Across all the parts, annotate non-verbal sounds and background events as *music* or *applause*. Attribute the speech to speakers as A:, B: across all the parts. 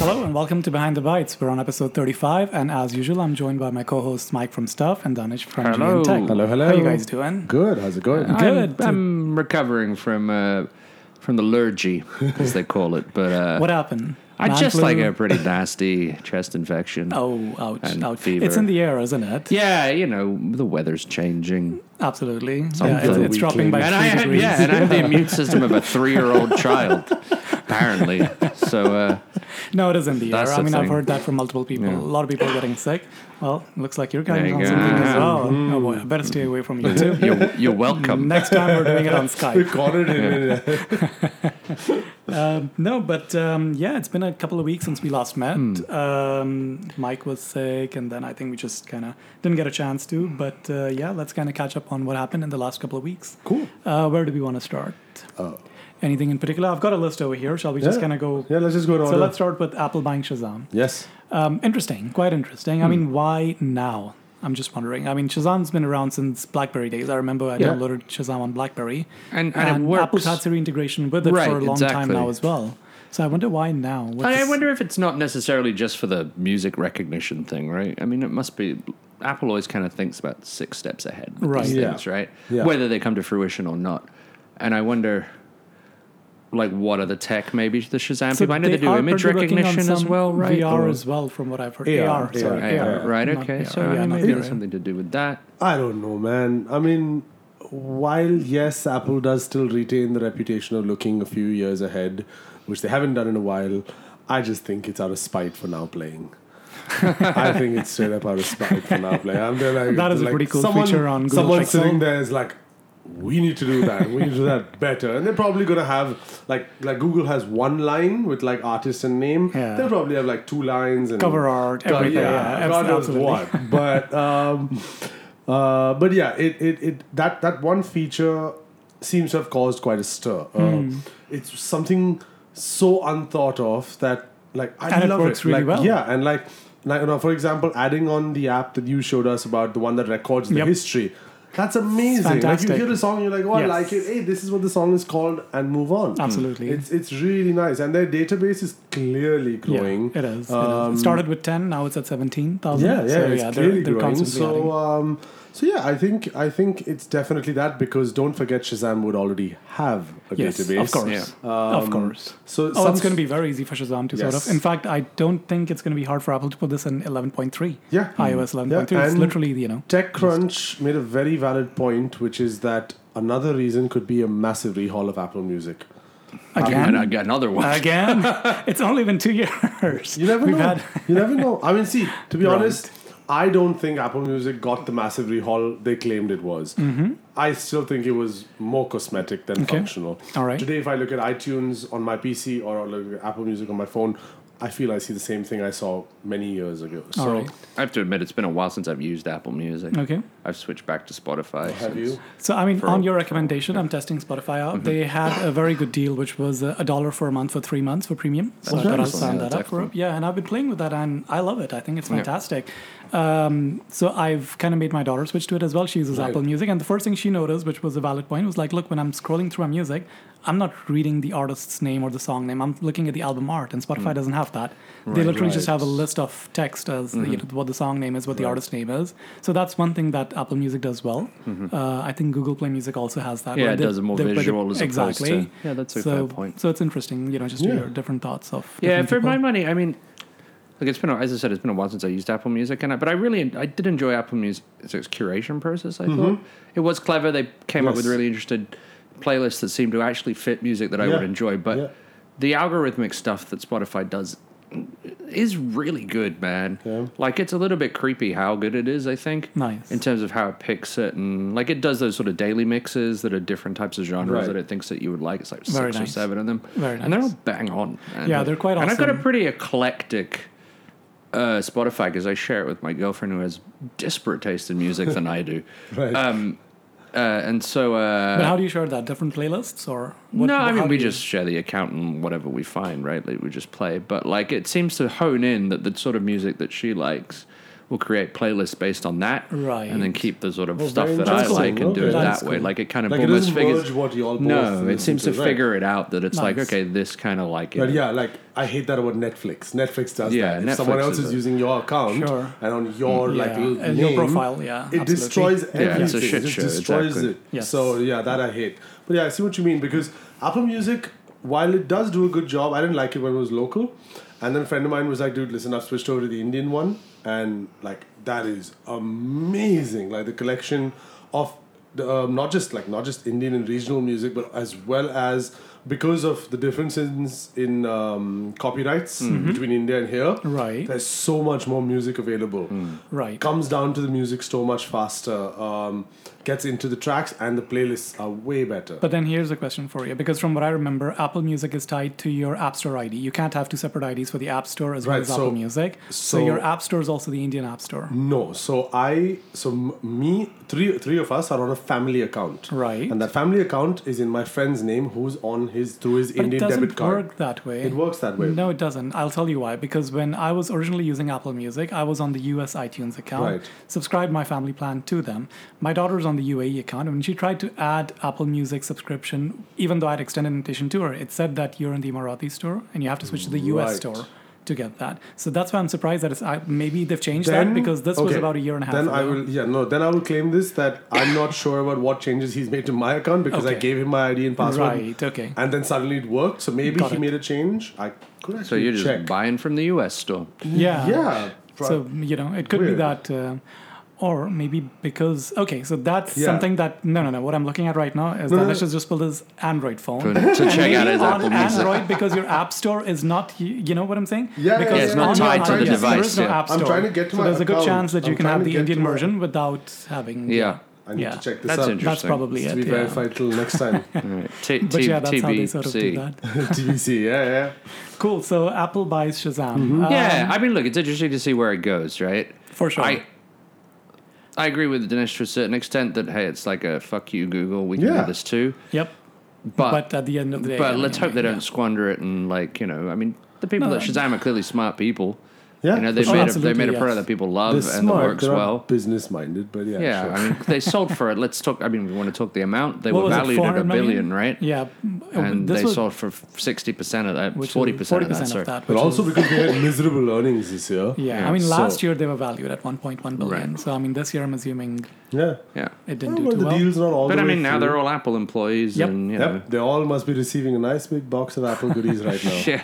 A: Welcome to Behind the Bites. We're on episode 35, and as usual, I'm joined by my co-hosts Mike from Stuff and Danish from
B: Hello.
A: GN Tech.
C: Hello, hello. Uh,
A: How you guys doing?
C: Good. How's it going?
A: *laughs* Good.
B: I'm, I'm recovering from uh, from the lurgy, as they call it. But uh,
A: What happened?
B: I
A: Man
B: just
A: flu?
B: like a pretty nasty chest infection.
A: Oh, ouch,
B: and
A: ouch.
B: fever.
A: It's in the air, isn't it?
B: Yeah, you know the weather's changing,
A: Absolutely.
B: Something
A: Yeah, it's, it's
C: weekly.
A: dropping by
B: and
A: three
B: I have,
A: degrees.
B: yeah, and I have
A: *laughs*
B: the immune system of a three-year-old child, apparently. So uh,
A: no, it is in the air.
B: That's
A: I
B: the
A: mean, I've
B: thing.
A: heard that from multiple people.
B: Yeah.
A: A lot of people are getting sick. Well, looks like you're
B: There
A: getting
B: you
A: on
B: go. Mm-hmm.
A: something as well. Oh boy, I better stay away from you
B: *laughs*
A: too.
B: you're, you're welcome.
A: Next time we're doing it on Skype.
C: Recorded in
A: Um, no, but um, yeah, it's been a couple of weeks since we last met.
C: Hmm.
A: Um, Mike was sick, and then I think we just kind of didn't get a chance to. But uh, yeah, let's kind of catch up on what happened in the last couple of weeks.
C: *laughs* Cool.
A: Uh, where do we want to start?
C: Oh.
A: Anything in particular? I've got a list over here. Shall we just
C: Yeah.
A: kind of go?
C: Yeah, let's just go to
A: So
C: order.
A: let's start with Apple buying Shazam.
C: Yes.
A: Um, interesting, quite interesting.
C: Hmm.
A: I mean, why now? I'm just wondering. I mean, Shazam's been around since BlackBerry days. I remember I
B: Yeah.
A: downloaded Shazam on BlackBerry,
B: And- and it works.
A: Apple's had Siri integration with it
B: Right,
A: for a long time
B: exactly.
A: now as well. So I wonder why now. What's
B: I, I
A: this-
B: wonder if it's not necessarily just for the music recognition thing, right? I mean, it must be. Apple always kind of thinks about six steps ahead, with
A: Right.
B: These
C: Yeah.
B: Things, right?
C: Yeah.
B: Whether they come to fruition or not, and I wonder, like, what are the tech? Maybe the Shazam
A: So
B: people. I know they, do
A: are
B: image
A: currently working on
B: recognition as
A: some
B: well, right?
A: VR
B: Or-
A: as well, from what I've heard.
C: AR,
A: AR, sorry,
C: yeah,
A: AR,
C: yeah.
B: right?
A: not
B: Okay,
A: VR,
B: so
A: yeah,
B: I mean,
A: not
B: maybe
A: VR.
B: there's something to do with that.
C: I don't know, man. I mean, while yes, Apple does still retain the reputation of looking a few years ahead, which they haven't done in a while, I just think it's out of spite for
A: *laughs*
C: now playing. I think it's straight up out of spite for now playing. I'm there like,
A: That is a
C: like,
A: pretty cool
C: someone,
A: feature on Google
C: Someone
A: Pixel.
C: sitting there is like, we need to do that. We need to do that better. And they're probably gonna have like like Google has one line with like artist and name.
A: Yeah.
C: They'll probably have like two lines and
A: Cover art,
C: God,
A: everything. Yeah,
C: God knows
A: absolutely.
C: what.
A: *laughs*
C: But um, uh, but yeah, it, it, it that that one feature seems to have caused quite a stir. Uh,
A: Hmm.
C: It's something so unthought of that like I
A: And it
C: love
A: works really
C: Like,
A: well.
C: Yeah, and like like you know, for example, adding on the app that you showed us about the one that records the
A: Yep.
C: history. That's amazing. Like you
A: fantastic.
C: hear the song, you're like, oh, I
A: Yes.
C: like it. Hey, this is what the song is called, and move on.
A: Absolutely.
C: it's it's really nice, and their database is clearly
A: Yeah,
C: growing.
A: it is. it
C: Um,
A: is. It started with ten, now it's at seventeen thousand.
C: yeah, yeah,
A: so,
C: it's
A: yeah,
C: clearly
A: they're, they're
C: growing.
A: constantly adding.
C: So, um, so yeah, I think I think it's definitely that because don't forget Shazam would already have a
A: Yes,
C: database. Um,
A: of course, of course.
C: So
A: Oh, it's going to be very easy for Shazam to sort
C: Yes.
A: of. In fact, I don't think it's going to be hard for Apple to put this in 11.3.
C: Hmm. Yeah.
A: iOS 11.3.
C: Yeah,
A: It's
C: and-
A: literally, you know.
C: TechCrunch made a very valid point, which is that another reason could be a massive rehaul of Apple Music.
B: And I
A: Again?
B: got another one. *laughs*
A: Again? it's only been two years.
C: You never
A: We've
C: know.
A: had-
C: you never know. I mean, see, to be
A: Right.
C: honest, I don't think Apple Music got the massive rehaul they claimed it was. I still think it was more cosmetic than
A: Mm-hmm. Okay.
C: functional.
A: All right.
C: Today, if I look at iTunes on my PC or I look at Apple Music on my phone, I feel I see the same thing I saw many years ago. So,
A: right.
B: I have to admit, it's been a while since I've used Apple Music.
A: Okay.
B: I've switched back to Spotify.
C: have
B: since-
C: you?
A: So I mean,
B: For- Mm-hmm.
A: on your recommendation, I'm testing Spotify out. They had a very good deal, which was uh, a dollar for a month for three months for premium. So I
C: Okay.
A: thought I'll
C: Excellent.
A: sign
B: Yeah,
A: that
B: that's
A: up for.
B: excellent.
A: Yeah, and I've been playing with that, and I love it. I think it's fantastic. Um, so I've kind of made my daughter switch to it as well. She uses
C: Right.
A: Apple Music, and the first thing she noticed, which was a valid point, was like, look, when I'm scrolling through my music, I'm not reading the artist's name or the song name. I'm looking at the album art, and Spotify
B: Mm.
A: doesn't have that. they literally just
C: right.
A: have a list of text as
B: Mm-hmm.
A: you know, what the song name is, what the artist name is. So that's one thing that Apple Music does well. Uh, I think Google Play Music also has that.
B: Mm-hmm. Yeah,
A: where
B: it does a more
A: where
B: visual as opposed
A: exactly.
B: to- Yeah, that's a
A: so,
B: fair point.
A: So it's interesting, you know, just to
C: Yeah.
A: hear different thoughts of.
B: Yeah,
A: different
B: for
A: people.
B: my money, I mean, like it's been a- as I said, it's been a while since I used Apple Music, and I, but I really I did enjoy Apple Music's curation process. I thought it was clever. They came up with
C: Yes.
B: really interesting playlists that seemed to actually fit music that I
C: Yeah.
B: would enjoy. But
C: Yeah.
B: the algorithmic stuff that Spotify does is really good, man.
C: Yeah.
B: Like it's a little bit creepy how good it is. I think
A: Nice.
B: in terms of how it picks certain like it does those sort of daily mixes that are different types of genres
C: Right.
B: that it thinks that you would like. It's like
A: Very
B: six or
A: nice.
B: seven of them,
A: Very
B: and they're
A: nice.
B: all bang on. man.
A: Yeah, they're quite
B: And I've got a
A: awesome.
B: pretty eclectic uh, Spotify because I share it with my girlfriend who has disparate taste in music than
A: *laughs*
B: I do.
C: right.
B: Um, uh, and so, uh,
A: But how do you share that? Different playlists or? What,
B: no, I
A: how
B: mean
A: do
B: we
A: you-
B: just share the account and whatever we find, right? Like, we just play. But like, it seems to hone in that the sort of music that she likes we'll create playlists based on that,
A: Right.
B: and then keep the sort of
C: Oh,
B: stuff
C: very
B: that I
A: interesting.
B: like and do
C: Okay.
B: it
A: That's
B: that way.
A: cool.
B: Like it kind of
C: Like it
B: almost
C: doesn't
B: figures.
C: merge what you all both
B: No,
C: listen
B: it seems to
C: right?
B: figure it out that it's like
A: Nice.
B: okay, this kind of like
C: But
B: it.
C: yeah, like I hate that about Netflix. Netflix does
B: Yeah,
C: that. If
B: Netflix
C: someone else
B: is
C: is
B: a-
C: using your account
A: Sure. Mm,
C: and on your like
A: Yeah,
C: little
A: and
C: name,
A: your profile, yeah,
C: it
A: absolutely.
C: destroys
A: Yeah,
C: everything.
B: it's a shit
C: it
B: show,
C: destroys
B: exactly.
C: it.
A: Yes.
C: So Oh, yeah, that I hate. But yeah, I see what you mean because Apple Music, while it does do a good job, I didn't like it when it was local. And then a friend of mine was like, "Dude, listen, I've switched over to the Indian one, and like that is amazing. Like the collection of the, um, not just like not just Indian and regional music, but as well as because of the differences in um, copyrights between India and here,
A: Right.
C: There's so much more music available
A: Right.
C: comes down to the music store much faster, um, gets into the tracks, and the playlists are way better.
A: But then here's a question for you, because from what I remember, Apple Music is tied to your App Store ID. You can't have two separate IDs for the App Store as well
C: Right,
A: as
C: so-
A: Apple Music. So,
C: so-
A: your App Store is also the Indian App Store.
C: no, so I, so m- me, three, three of us are on a family account,
A: Right.
C: And that family account is in my friend's name, who's on his through his
A: But it
C: Indian
A: doesn't
C: debit card.
A: work that way.
C: It works that way.
A: No, it doesn't. I'll tell you why. Because when I was originally using Apple Music, I was on the US iTunes account,
C: Right.
A: subscribed my family plan to them. My daughter was on the UAE account, and when she tried to add Apple Music subscription, even though I'd extended an invitation to her, it said that you're in the Emirati store and you have to switch to the US
C: Right.
A: store to get that. So that's why I'm surprised that it's I, maybe they've changed that because this was
C: okay,
A: about a year and a half
C: Then
A: ago.
C: I will, yeah, no, then I will claim this that I'm not sure about what changes he's made to my account because I
A: Okay.
C: gave him my ID and password,
A: Right, okay.
C: and then suddenly it worked. So maybe
A: Got
C: he
A: it.
C: made a change. I could actually
B: So you're just
C: check.
B: buying from the U.S. store.
A: yeah.
C: yeah. pro-
A: So you know, it could be
C: Weird.
A: that, uh, or maybe because okay, so that's
C: Yeah.
A: something that no, no, no. What I'm looking at right now is
C: No,
A: that
C: no.
A: Alish has just pulled his Android phone.
B: To check
A: Maybe
B: out his
A: on
B: Apple Music.
A: Android because your app store is not y- you know what I'm saying?
C: Yeah, yeah,
A: because
C: yeah, it's not
A: on your
B: tied to
A: iOS,
B: the
A: there
B: device,
A: is no
B: yeah.
A: app
C: I'm
A: store.
C: trying to get to
A: so
C: my
A: there's a good
C: account.
A: chance that you
C: I'm
A: can
C: trying
A: have
C: to
A: the
C: get
A: Indian
C: to my-
A: version without having
B: Yeah.
C: I need
A: Yeah.
C: to check this
B: That's
C: out.
B: interesting.
A: That's probably
C: To
A: it.
C: be
A: yeah.
C: verified till next
A: *laughs*
C: time. *laughs*
B: T-
A: But
B: T-
A: yeah, that's how they sort of do
B: TBC.
A: that.
C: TBC, yeah, yeah.
A: Cool. So Apple buys Shazam.
C: Mm-hmm.
A: Um,
B: Yeah, I mean, look, it's interesting to see where it goes, right?
A: For sure.
B: I I agree with Dinesh to a certain extent that hey, it's like a fuck you, Google. We can
C: Yeah.
B: do this too,
A: Yep.
B: but
A: But at the end of the day,
B: but
A: I
B: let's
A: mean,
B: hope they don't squander it and like you know. I mean, the people
A: No,
B: that Shazam are clearly smart people.
C: Yeah,
B: you know, they've
A: for
B: made
A: sure.
B: a, they made a
A: Absolutely,
B: product
A: yes.
B: that people love and that works well.
C: business minded, but *laughs* yeah.
B: Yeah,
C: sure.
B: I mean, they sold for it. Let's talk. I mean, we want to talk the amount they
A: What
B: were
A: was it,
B: valued at a
A: 400 million?
B: billion, right?
A: Yeah.
B: And
A: this
B: they
A: was-
B: sold for sixty percent of that,
A: which is
B: forty percent of that.
A: 40%
B: Sorry.
C: *laughs* But
A: which
C: also
A: is-
C: because they had miserable earnings this
A: *laughs*
C: year.
A: yeah,
B: Yeah.
A: I mean,
C: So-
A: last year they were valued at 1.1 billion.
B: Right.
A: So I mean, this year I'm assuming
C: Yeah.
B: Yeah,
A: it
C: Oh,
A: didn't do
C: but
A: too
C: the
A: well.
C: deal's not all
B: but
C: the
B: I
C: way
B: mean, now
C: through.
B: they're all Apple employees,
A: Yep.
B: and you
C: *laughs*
B: know,
C: Yep, they all must be receiving a nice big box of Apple goodies right
B: *laughs*
C: now.
B: yeah.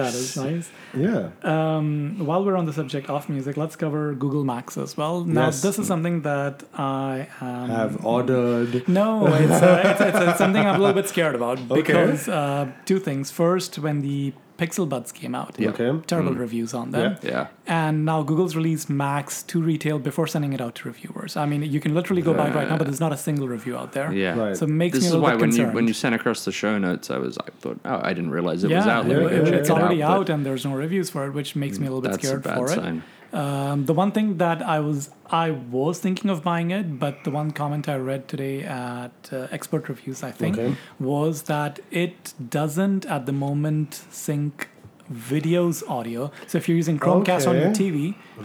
A: That
C: *laughs*
A: is nice.
C: Yeah.
A: Um, while we're on the subject of music, let's cover Google Max as well. Now,
C: Yes.
A: this is something that I am.
C: Have ordered. *laughs*
A: No, it's, uh, it's, it's, it's something I'm a little bit scared about because uh, two things. First, when the Pixel Buds came out,
B: Yeah.
C: Okay.
A: terrible
B: Hmm.
A: reviews on them.
C: Yeah.
B: Yeah.
A: And now Google's released Max to retail before sending it out to reviewers. I mean, you can literally go buy it right now, but there's not a single review out there.
B: Yeah.
C: Right.
A: So it makes
B: Uh, This
A: me a
B: is
A: little
B: why
A: bit
B: when you
A: concerned.
B: when you sent across the show notes, I was I thought, oh, I didn't realize it
A: yeah,
B: was out. Let
A: it-
B: me go
A: it-
B: check
A: it's
B: it
A: already
B: but Mm,
A: out, and there's no reviews for it, which makes me a little bit
B: That's a
A: scared
B: bad
A: for
B: sign.
A: it. Um, the one thing that I was I was thinking of buying it, but the one comment I read today at uh, Expert Reviews, I think,
C: Okay.
A: was that it doesn't at the moment sync videos audio. So if you're using Chromecast on your
C: Okay.
A: TV,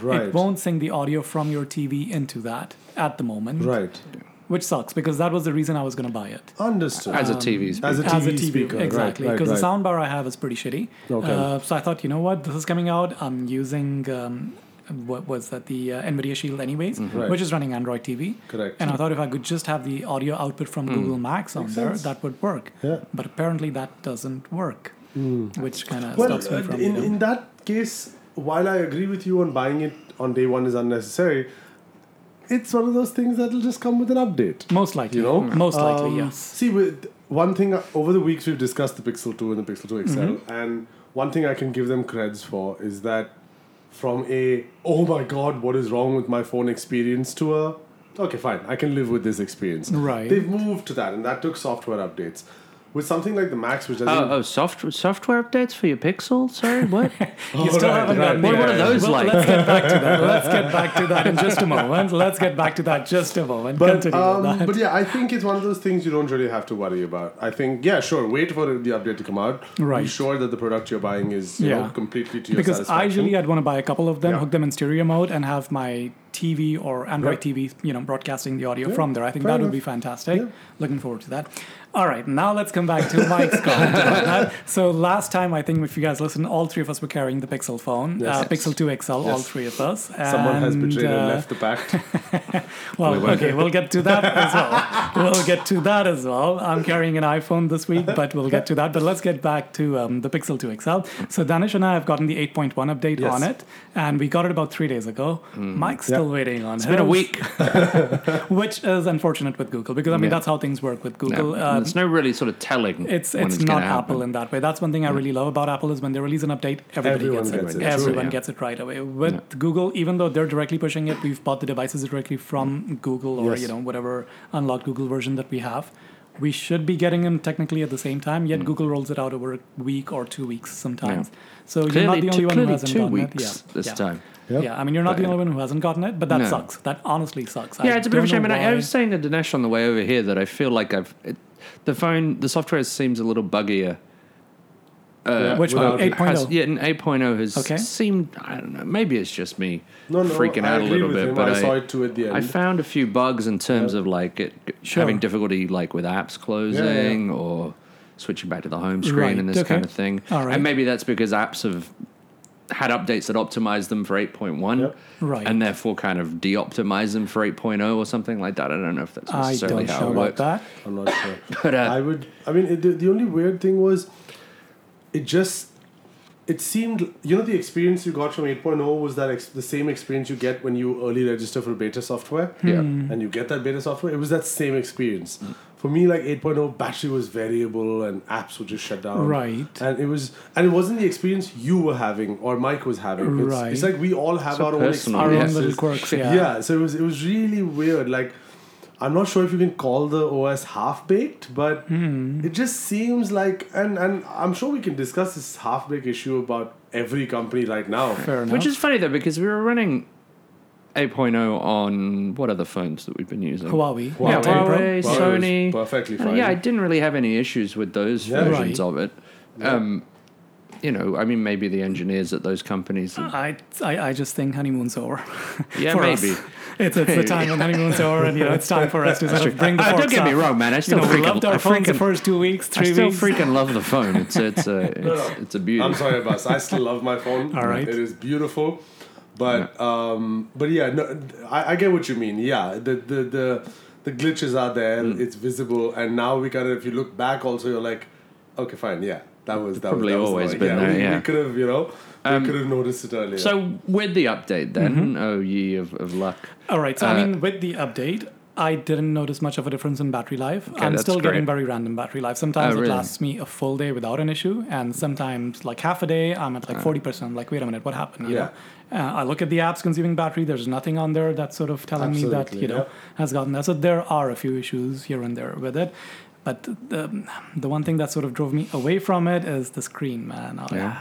C: Right.
A: it won't sync the audio from your TV into that at the moment,
C: Right.
A: which sucks because that was the reason I was going to buy it
C: Understood.
B: As a TV speaker.
C: as a TV,
A: as a TV
C: speaker. right,
A: exactly
C: right,
A: because
C: right.
A: the soundbar I have is pretty shitty.
C: Okay.
A: Uh, so I thought, you know what, this is coming out. I'm using um, what was that the uh, Nvidia Shield, anyways,
C: Mm-hmm. Right.
A: which is running Android TV.
C: Correct. Mm.
A: And I thought if I could just have the audio output from Google Max on there, that would work.
C: Yeah. Mm.
A: But apparently that doesn't work, which kind of
C: Well,
A: stops me
C: uh,
A: from.
C: in,
A: you know-
C: in that case, while I agree with you on buying it on day one is unnecessary, it's one of those things that'll just come with an update.
A: most likely,
C: You know,
A: most likely,
C: Um,
A: yes.
C: See, with one thing uh, over the weeks we've discussed the Pixel Two and the Pixel Two XL,
A: Mm-hmm.
C: and one thing I can give them creds for is that from a oh my god, what is wrong with my phone experience to a okay, fine, I can live with this experience.
A: Right.
C: They've moved to that, and that took software updates. With something like the Max, which doesn't.
B: Oh, oh, soft, software updates for your Pixel. Sorry,
A: *laughs*
B: what?
A: You still
C: right,
A: haven't
C: right,
A: gotten
C: what-
A: there.
C: what are
B: those
A: Well,
B: like?
A: Let's get back to that. Let's get back to that in just a moment. Let's get back to that just a moment.
C: But,
A: Continue
C: um,
A: with that.
C: but yeah, I think it's one of those things you don't really have to worry about. I think yeah, sure, wait for the update to come out.
A: Right.
C: Be sure that the product you're buying is you
A: Yeah.
C: know, completely to your
A: because I
C: satisfaction.
A: usually I'd want to buy a couple of them,
C: Yeah.
A: hook them in stereo mode, and have my TV or Android
C: Right.
A: TV, you know, broadcasting the audio
C: Yeah,
A: from there. I think
C: fair
A: that would
C: enough.
A: be fantastic.
C: Yeah.
A: Looking forward to that. All right, now let's come back to
C: *laughs*
A: Mike's comment. about that. So last time, I think if you guys listen, all three of us were carrying the Pixel phone, uh,
C: Yes.
A: Pixel 2 XL, all
C: Yes.
A: three of us.
C: Someone has
A: And,
C: betrayed
A: uh,
C: and left the pact.
A: Well,
B: We won't.
A: okay, we'll get to that as
B: *laughs*
A: well. We'll get to that as well. I'm carrying an iPhone this week, but we'll get to that. But let's get back to um, the Pixel 2 XL. So Danish and I have gotten the 8.1 update
C: Yes.
A: on it, and we got it about three days ago. Mike's still waiting on it. It's
B: Mm. been a week.
A: *laughs* which is unfortunate with Google because I mean
B: Yeah.
A: that's how things work with Google.
B: Yeah.
A: Um,
B: it's no really sort of telling.
A: it's
B: when
A: it's,
B: gonna
A: not
B: happen.
A: Apple in that way. That's one thing I really love about Apple is when they release an update, everybody
C: Everyone
A: gets it.
C: gets it.
B: True,
A: Everyone
B: yeah.
A: gets it right away. With Google, even though they're directly pushing it, we've bought the devices directly from Google or
C: Yes.
A: you know whatever unlocked Google version that we have. We should be getting them technically at the same time,
B: Mm.
A: yet Google rolls it out over a week or two weeks sometimes. So
B: Clearly,
A: you're not the
B: two,
A: only one who
B: clearly
A: hasn't
B: two
A: gotten
B: weeks
A: it. Yeah.
B: this
A: yeah.
B: time.
C: Yep.
A: Yeah, I mean, you're not the
B: But-
A: only one who hasn't gotten it, but that
B: No.
A: sucks. That honestly sucks.
B: Yeah,
A: I
B: it's a bit of a
A: don't
B: shame.
A: know
B: And I, I
A: why.
B: was saying to Dinesh on the way over here that I feel like I've it, the phone, the software seems a little buggier. Uh,
A: Which one?
C: without it
A: 8.0.
B: has- yeah, and 8.0 has
A: oh. Okay.
B: seemed. I don't know. Maybe it's just me
C: no, no,
B: freaking
C: I
B: out a
C: agree
B: little
C: with
B: bit,
C: him.
B: but
C: I saw it too at the end.
B: I found a few bugs in terms of like it
A: Sure.
B: having difficulty like with apps closing or switching back to the home screen and
A: Right,
B: this kind
A: okay.
B: of thing.
A: All right.
B: And maybe that's because apps have had updates that optimize them for 8.1
C: Yep.
A: Right.
B: and therefore kind of de-optimize them for 8.0 or something like that. I don't know if that's
A: I
B: necessarily
A: don't
B: how
A: know
B: it
A: about
B: works.
A: that.
C: I'm not *laughs* sure.
B: But, uh,
C: I would. I mean, it, the, the only weird thing was, it just. It seemed, you know, the experience you got from 8.0 was that ex- the same experience you get when you early register for beta software.
B: Yeah. Mm.
C: And you get that beta software. It was that same experience. For me, like 8.0, battery was variable and apps would just shut down.
A: Right.
C: And it was, and it wasn't the experience you were having or Mike was having. It's,
A: Right.
C: it's like we all have
B: So
C: our
B: personal.
C: own
A: Our own
C: experiences.
A: little quirks, yeah.
C: yeah. so it was it was really weird. Like, I'm not sure if you can call the OS half baked, but
B: Hmm.
C: it just seems like, and and I'm sure we can discuss this half baked issue about every company right now.
A: Fair enough.
B: Which is funny though because we were running 8.0 on what other phones that we've been using?
A: Huawei.
C: Huawei.
A: Huawei Pro.
B: Yeah, Huawei,
C: Well, it was
B: Sony.
C: perfectly
B: Uh,
C: fine.
B: Yeah, I didn't really have any issues with those
C: Yeah.
B: versions
A: Right.
B: of it. Um, you know, I mean, maybe the engineers at those companies. and-
A: I, I, I just think honeymoon's over. *laughs*
B: Yeah,
A: Ah, for us.
B: maybe.
A: It's, it's the
B: Maybe.
A: time when honeymoon's over, and you know it's time for us to sort of bring the
B: Uh,
A: forks
B: don't get me
A: up.
B: wrong, man. I
A: You
B: still
A: know, we
B: freaking,
A: loved our
B: I
A: phones the
B: freaking,
A: first two weeks,
B: I
A: three
B: still
A: weeks.
B: freaking love the phone.
A: *laughs*
B: It's it's a it's, it's a beauty.
C: I'm sorry, Abbas. I still love my phone.
A: *laughs* All right.
C: It is beautiful. But um but yeah, no I, I get what you mean. Yeah. The the the, the glitches are there,
A: Hmm.
C: it's visible, and now we kinda if you look back also you're like, okay, fine, yeah. That was that
B: Probably
C: was, that
B: always
C: was,
B: been
C: yeah,
B: there,
C: we,
B: yeah.
C: we could have, you know, we
A: Um,
C: could have noticed it earlier.
B: So with the update,
A: Mm-hmm.
B: then oh ye of, of luck.
A: All right. So I
B: Uh,
A: mean, with the update, I didn't notice much of a difference in battery life. I'm
B: that's
A: still getting
B: great.
A: very random battery life. Sometimes
B: Oh,
A: it
B: really?
A: lasts me a full day without an issue, and sometimes like half a day, I'm at like
B: Uh.
A: forty percent. I'm like, wait a minute, what happened? You
C: Yeah.
A: know? Uh, I look at the apps consuming battery. There's nothing on there that's sort of telling me that
C: Absolutely,
A: you know
C: yeah.
A: has gotten that. So there are a few issues here and there with it. But the, the one thing that sort of drove me away from it is the screen, man. I-
B: Yeah.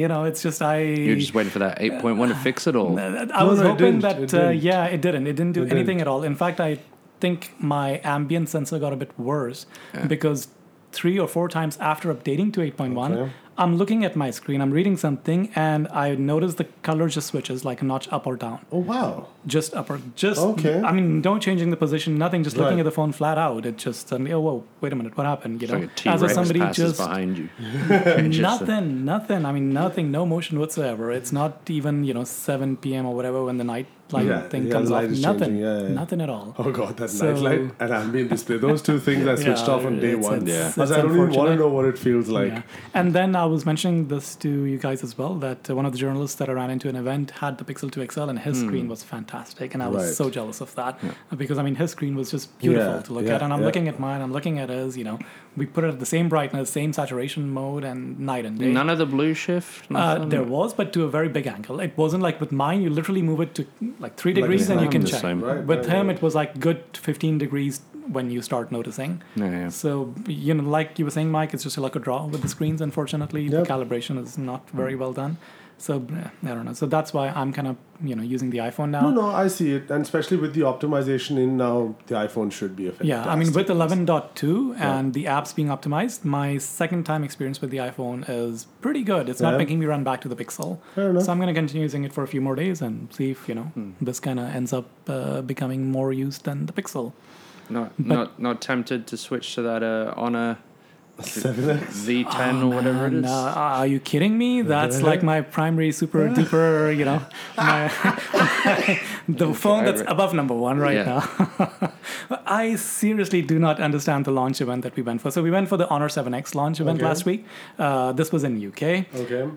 A: You know, it's just I.
B: You're just waiting for that 8.1 to fix it all.
A: Uh, I
C: No,
A: was
C: no, it
A: hoping
C: didn't.
A: that
C: It
A: uh,
C: didn't.
A: yeah, it didn't. It didn't do
C: It
A: anything at all. In fact, I think my ambient sensor got a bit worse because three or four times after updating to 8.1,
C: Okay.
A: I'm looking at my screen, I'm reading something, and I notice the color just switches like a notch up or down,
C: Oh wow.
A: just up or just.
C: Okay.
A: I mean, don't changing the position, nothing. Just looking
C: Right.
A: at the phone flat out. It just suddenly, oh whoa, wait a minute, what happened? You know,
B: Like a T-Rex passes behind you.
C: *laughs*
B: Just, uh,
A: nothing, nothing. I mean, nothing. No motion whatsoever. It's not even you know 7 p.m. or whatever when the night light
C: Yeah,
A: thing
C: yeah,
A: comes
C: the
A: off.
C: light is
A: Nothing,
C: changing, yeah, yeah.
A: nothing at all.
C: Oh god, that
A: So-
C: nightlight and ambient display. Those two things I switched
A: *laughs* Yeah,
C: off on day
A: it's-
C: one.
A: it's-
C: Because
A: it's
C: I don't even want
A: unfortunate.
C: to know what it feels like.
A: yeah. And then I was mentioning this to you guys as well that uh, one of the journalists that I ran into an event had the Pixel 2 XL and his screen was fantastic. And I was
C: Hmm. Right.
A: so jealous of that uh, because I mean, his screen was just beautiful
C: Yeah,
A: to look
C: yeah,
A: at. And I'm
C: yeah.
A: looking at mine, I'm looking at his, you know, we put it at the same brightness, same saturation mode, and night and day.
B: None of the blue shift.
A: Uh,
B: nothing?
A: there was, but to a very big angle. It wasn't like with mine, you literally move it to like three degrees
C: yeah.
A: and you
B: I'm
A: can
B: the
A: check.
B: same.
C: Right,
A: With
C: right,
A: him,
C: right.
A: it was like good 15 degrees when you start noticing.
B: Yeah, yeah.
A: So you know, like you were saying, Mike, it's just like a draw with the screens. Unfortunately,
C: Yep.
A: the calibration is not very well done. So eh, I don't know. So that's why I'm kind of you know using the iPhone now.
C: No, no, I see it, and especially with the optimization in now, the iPhone should be affected.
A: Yeah, I mean, with 11.2 and the apps being optimized, my second time experience with the iPhone is pretty good. It's not
C: Yeah.
A: making me run back to the Pixel.
C: Fair enough.
A: So I'm going to continue using it for a few more days and see if, you know,
B: Hmm.
A: this kind of ends up uh, becoming more used than the Pixel.
B: Not not not tempted to switch to that uh, Honor
C: seven X.
B: V10 or whatever it
A: And,
B: is.
A: uh, are you kidding me? That's like my primary super duper, you know, my, *laughs* the phone that's
B: Favorite.
A: above number one right
B: Yeah.
A: now. *laughs* I seriously do not understand the launch event that we went for. So we went for the Honor 7X launch event
C: Okay.
A: last week. Uh, this was in UK.
C: Okay.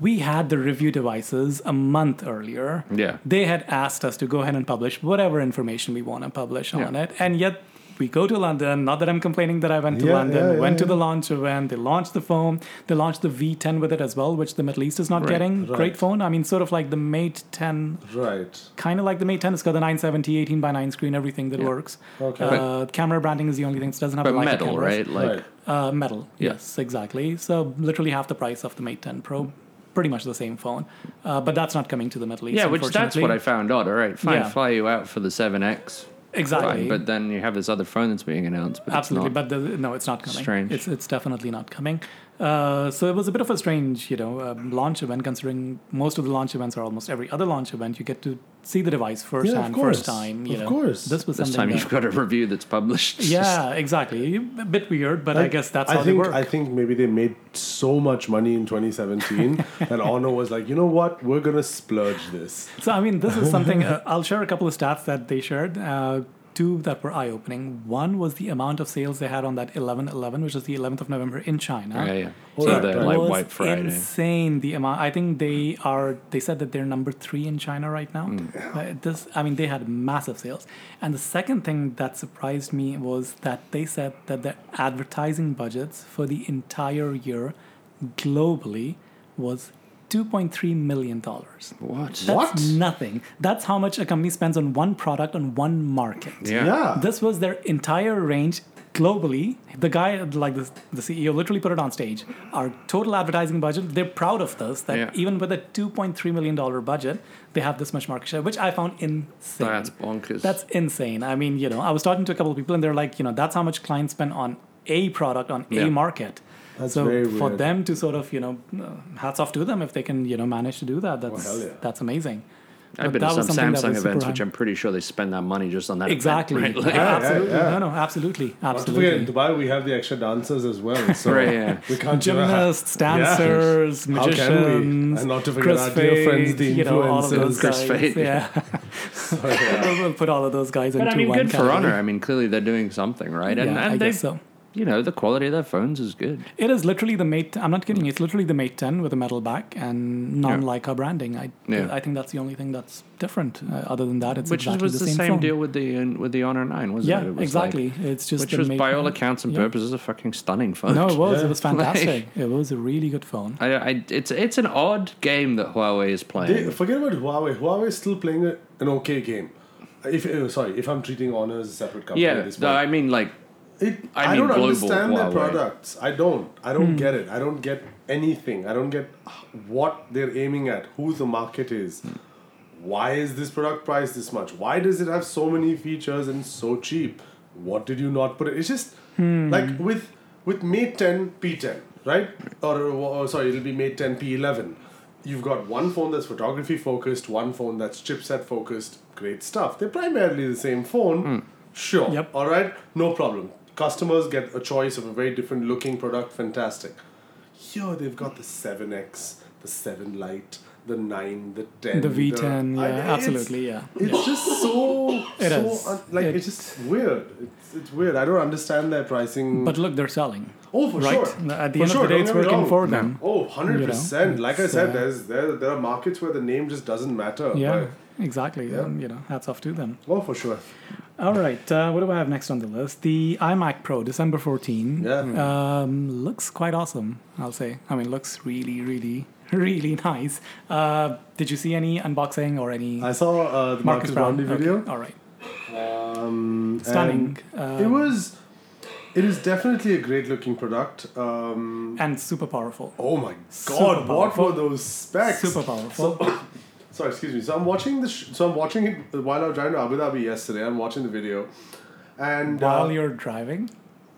A: We had the review devices a month earlier.
B: Yeah.
A: They had asked us to go ahead and publish whatever information we want to publish
B: Yeah.
A: on it. And yet we go to London. Not that I'm complaining that I went to
C: Yeah,
A: London,
C: yeah,
A: went
C: yeah,
A: to the launch event, they launched the phone, they launched the V10 with it as well, which the Middle East is not
B: Right,
A: getting.
C: right.
A: Great phone. I mean, sort of like the Mate 10,
C: Right.
A: kind of like the Mate 10. It's got the 970, 18 by 9 screen, everything that
B: Yeah.
A: works.
C: Okay.
A: Uh, camera branding is the only thing that doesn't have
B: but
A: the Leica
B: metal,
A: cameras.
B: right? Like
C: right.
A: Uh, metal.
B: Yeah.
A: Yes, exactly. So literally half the price of the Mate 10 Pro. Pretty much the same phone, uh, but that's not coming to the Middle East.
B: yeah, which that's
A: unfortunately.
B: what I found odd. All right, fine,
A: Yeah.
B: fly you out for the 7X.
A: exactly.
B: Fine, but then you have this other phone that's being announced. But
A: Absolutely,
B: it's not.
A: but the, no, it's not coming.
B: Strange.
A: It's it's definitely not coming. Uh, so it was a bit of a strange, you know, um, launch event. Considering most of the launch events are almost every other launch event, you get to see the device first
C: Yeah, of
A: hand,
C: course.
A: first time. You
C: Of
A: know,
C: course.
A: This was
B: this
A: something.
B: time
A: that-
B: you've got a review that's published. *laughs*
A: yeah, exactly. A bit weird, but I, guess that's
C: I
A: how
C: think,
A: they work.
C: I think maybe they made so much money in *laughs* 2017 that Honor was like, you know what? We're going to splurge this.
A: So, I mean, this is
C: *laughs*
A: something uh, I'll share a couple of stats that they shared. Uh, two that were eye opening. One was the amount of sales they had on that 11 11, which is the 11th of November in China.
B: yeah, yeah.
C: Oh,
B: So
C: yeah,
B: they're
C: right.
B: like
A: was
B: White Friday.
A: Insane the amount. I think they are. They said that they're number three in China right now.
B: Mm.
A: Uh, this, I mean, they had massive sales. And the second thing that surprised me was that they said that their advertising budgets for the entire year, globally, was two point three million dollars.
B: What?
A: That's nothing. That's how much a company spends on one product on one market.
B: Yeah.
C: Yeah.
A: This was their entire range globally. The guy, like the, the CEO, literally put it on stage. Our total advertising budget, they're proud of this, that
B: Yeah.
A: even with a $2.3 million budget, they have this much market share, which I found insane.
B: That's bonkers.
A: That's insane. I mean, you know, I was talking to a couple of people and they're like, you know, that's how much clients spend on a product, on
B: Yeah.
A: a market.
C: That's
A: so
C: very
A: for
C: weird.
A: them to sort of, you know, uh, hats off to them if they can, you know, manage to do that. That's
C: hell yeah.
A: that's amazing.
B: I've
A: But
B: been
A: that
B: to
A: was
B: some
A: something that
B: Samsung
A: was super
B: events, which
A: high.
B: I'm pretty sure they spend that money just on that. event,
A: Exactly.
B: right? *laughs* Like-
A: Yeah, absolutely.
C: yeah.
A: No, no, absolutely.
C: Not to forget,
A: Absolutely.
C: in Dubai, we have the extra dancers as well. *laughs* So
B: Right, yeah.
C: we can't do that.
A: Gymnasts, dancers,
C: How
A: magicians,
C: can we? And not to forget
A: Chris
C: our dear friends,
A: Fade,
C: the
A: you know, all of those
C: influencers. Oh,
B: Chris
A: guys.
B: Fade,
A: *laughs*
C: *laughs*
A: Yeah, we'll put all of those guys
B: But
A: into
B: I mean,
A: one
B: good for
A: category.
B: honor. I mean, clearly they're doing something, right? And,
A: Yeah,
B: and
A: I
B: they,
A: guess so.
B: you know, the quality of their phones is good.
A: It is literally the Mate. I'm not kidding. you, It's literally the Mate 10 with a metal back and non Leica branding. I
B: Yeah.
A: I think that's the only thing that's different. Uh, other than that, it's
B: Which
A: exactly
B: was the, same,
A: phone.
B: deal with the uh, with the Honor Nine, wasn't
A: Yeah,
B: it? It was
A: exactly.
B: like-
A: it's just
B: which
A: the
B: was,
A: Mate
B: by
A: 10.
B: all accounts and
A: Yeah.
B: purposes, a fucking stunning phone.
A: No, it was.
C: Yeah.
A: It was
C: *laughs*
A: fantastic. it was a really good phone.
B: *laughs* I, I, it's it's an odd game that Huawei is playing.
C: They, forget about Huawei. Huawei is still playing a, an okay game. If uh, sorry, if I'm treating Honor as a separate company, at
B: yeah,
C: this
B: no,
C: point.
B: I mean, like,
C: It,
B: I
C: I,
B: mean
C: don't
B: global
C: understand their
B: Huawei.
C: products. I don't. I don't get it. I don't get anything. I don't get what they're aiming at, who the market is. Why is this product priced this much? Why does it have so many features and so cheap? What did you not put it? It's just like with with Mate 10 P10, right? Or, or sorry, it'll be Mate 10 P11. You've got one phone that's photography focused, one phone that's chipset focused. Great stuff. They're primarily the same phone. Sure.
A: Yep.
C: All right. No problem. Customers get a choice of a very different looking product. Fantastic. Here they've got the 7X, the 7 Lite, the 9, the 10.
A: The V10,
C: uh, I-
A: yeah,
C: it's-
A: absolutely, yeah.
C: It's just so,
A: *laughs* It
C: so
A: is.
C: un- like
A: It-
C: it's just weird. It's, it's weird. I don't understand their pricing.
A: But look, they're selling.
C: oh, for
A: right?
C: sure.
A: At the
C: For
A: end
C: sure,
A: of the day,
C: don't
A: it's
C: get me
A: working
C: wrong.
A: for them.
C: Oh, 100%.
A: You know,
C: like I
A: it's,
C: said,
A: uh,
C: there's there there are markets where the name just doesn't matter.
A: Yeah, exactly.
C: Yeah.
A: Um, you know, hats off to them.
C: but- oh, for sure.
A: All right, uh, what do I have next on the list? The iMac Pro, December 14.
C: Yeah.
A: Um, looks quite awesome, I'll say. I mean, looks really, really, *laughs* really nice. Uh, did you see any unboxing or any
C: I saw uh, the Marcus, Brownlee
A: Brown?
C: video.
A: Okay, All right.
C: Um,
A: Stunning.
C: and
A: Um,
C: it was. It is definitely a great looking product. Um,
A: and super powerful.
C: oh my
A: Super
C: god! What
A: powerful.
C: were those specs?
A: Super powerful.
C: So, *coughs* sorry, excuse me. So I'm watching this. Sh- so I'm watching it while I was driving to Abu Dhabi yesterday. I'm watching the video, and uh,
A: While you're driving,